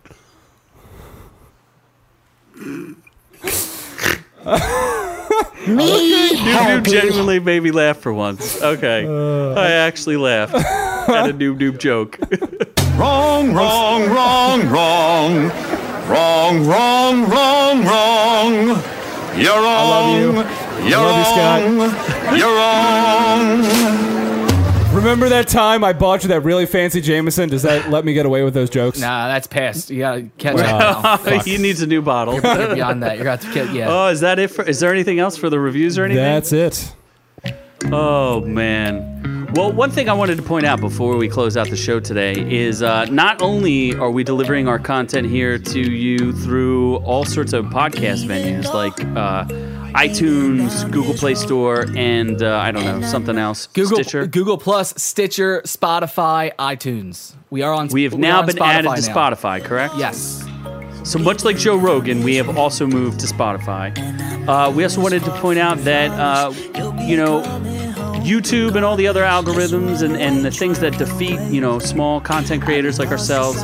Noob Noob genuinely made me laugh for once. Okay. I actually laughed at a Noob Noob joke.
Wrong, wrong, wrong, wrong. Wrong, wrong, wrong, wrong. You're
love you.
wrong.
I
You're
love you, Scott.
wrong. You're wrong.
Remember that time I bought you that really fancy Jameson? Does that let me get away with those jokes?
Nah, that's past. You gotta catch up. now.
he needs a new bottle.
You're beyond that. You're gonna have to get yeah.
Oh, is that it? For, is there anything else for the reviews or anything?
That's it.
oh, man. Well, one thing I wanted to point out before we close out the show today is uh, not only are we delivering our content here to you through all sorts of podcast venues like uh, iTunes, Google Play Store, and uh, I don't know something else.
Google,
Stitcher.
Google Plus, Stitcher, Spotify, iTunes. We are on.
We have
are
now
on
been
Spotify
added to
now.
Spotify, correct?
Yes.
So much like Joe Rogan, we have also moved to Spotify. Uh, we also wanted to point out that uh, you know YouTube and all the other algorithms and, and the things that defeat you know small content creators like ourselves.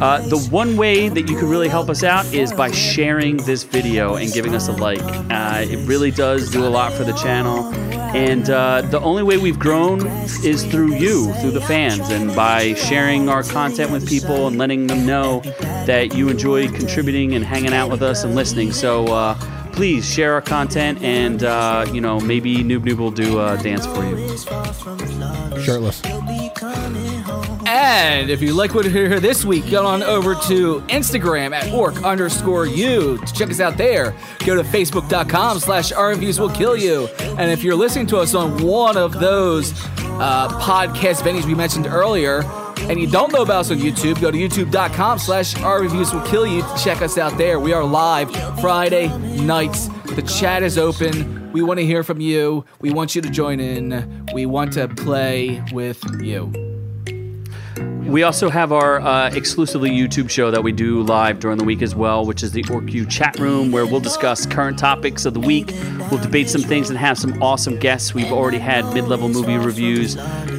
Uh, the one way that you can really help us out is by sharing this video and giving us a like. Uh, it really does do a lot for the channel. And uh, the only way we've grown is through you, through the fans, and by sharing our content with people and letting them know that you enjoy contributing and hanging out with us and listening. So uh, please share our content, and uh, you know maybe Noob Noob will do a dance for you.
Shirtless.
And if you like what you hear this week, go on over to Instagram at orc underscore you to check us out there. Go to facebook.com slash our reviews will kill you. And if you're listening to us on one of those uh, podcast venues we mentioned earlier, and you don't know about us on YouTube, go to youtube.com slash our reviews will kill you to check us out there. We are live Friday nights. The chat is open. We want to hear from you. We want you to join in. We want to play with you.
We also have our uh, exclusively YouTube show that we do live during the week as well, which is the OrcU chat room, where we'll discuss current topics of the week. We'll debate some things and have some awesome guests. We've already had mid level movie reviews,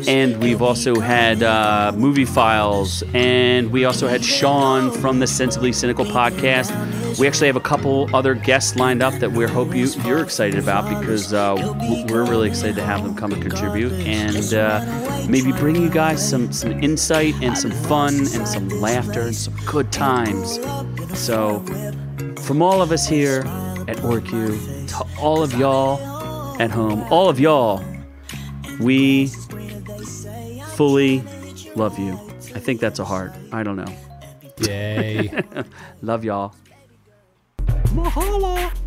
and we've also had uh, movie files, and we also had Sean from the Sensibly Cynical podcast. We actually have a couple other guests lined up that we hope you, you're excited about because uh, w- we're really excited to have them come and contribute and uh, maybe bring you guys some, some insight and some fun and some laughter and some good times. So, from all of us here at OrQ to all of y'all at home, all of y'all, we fully love you. I think that's a heart. I don't know.
Yay.
love y'all.
Mahalo.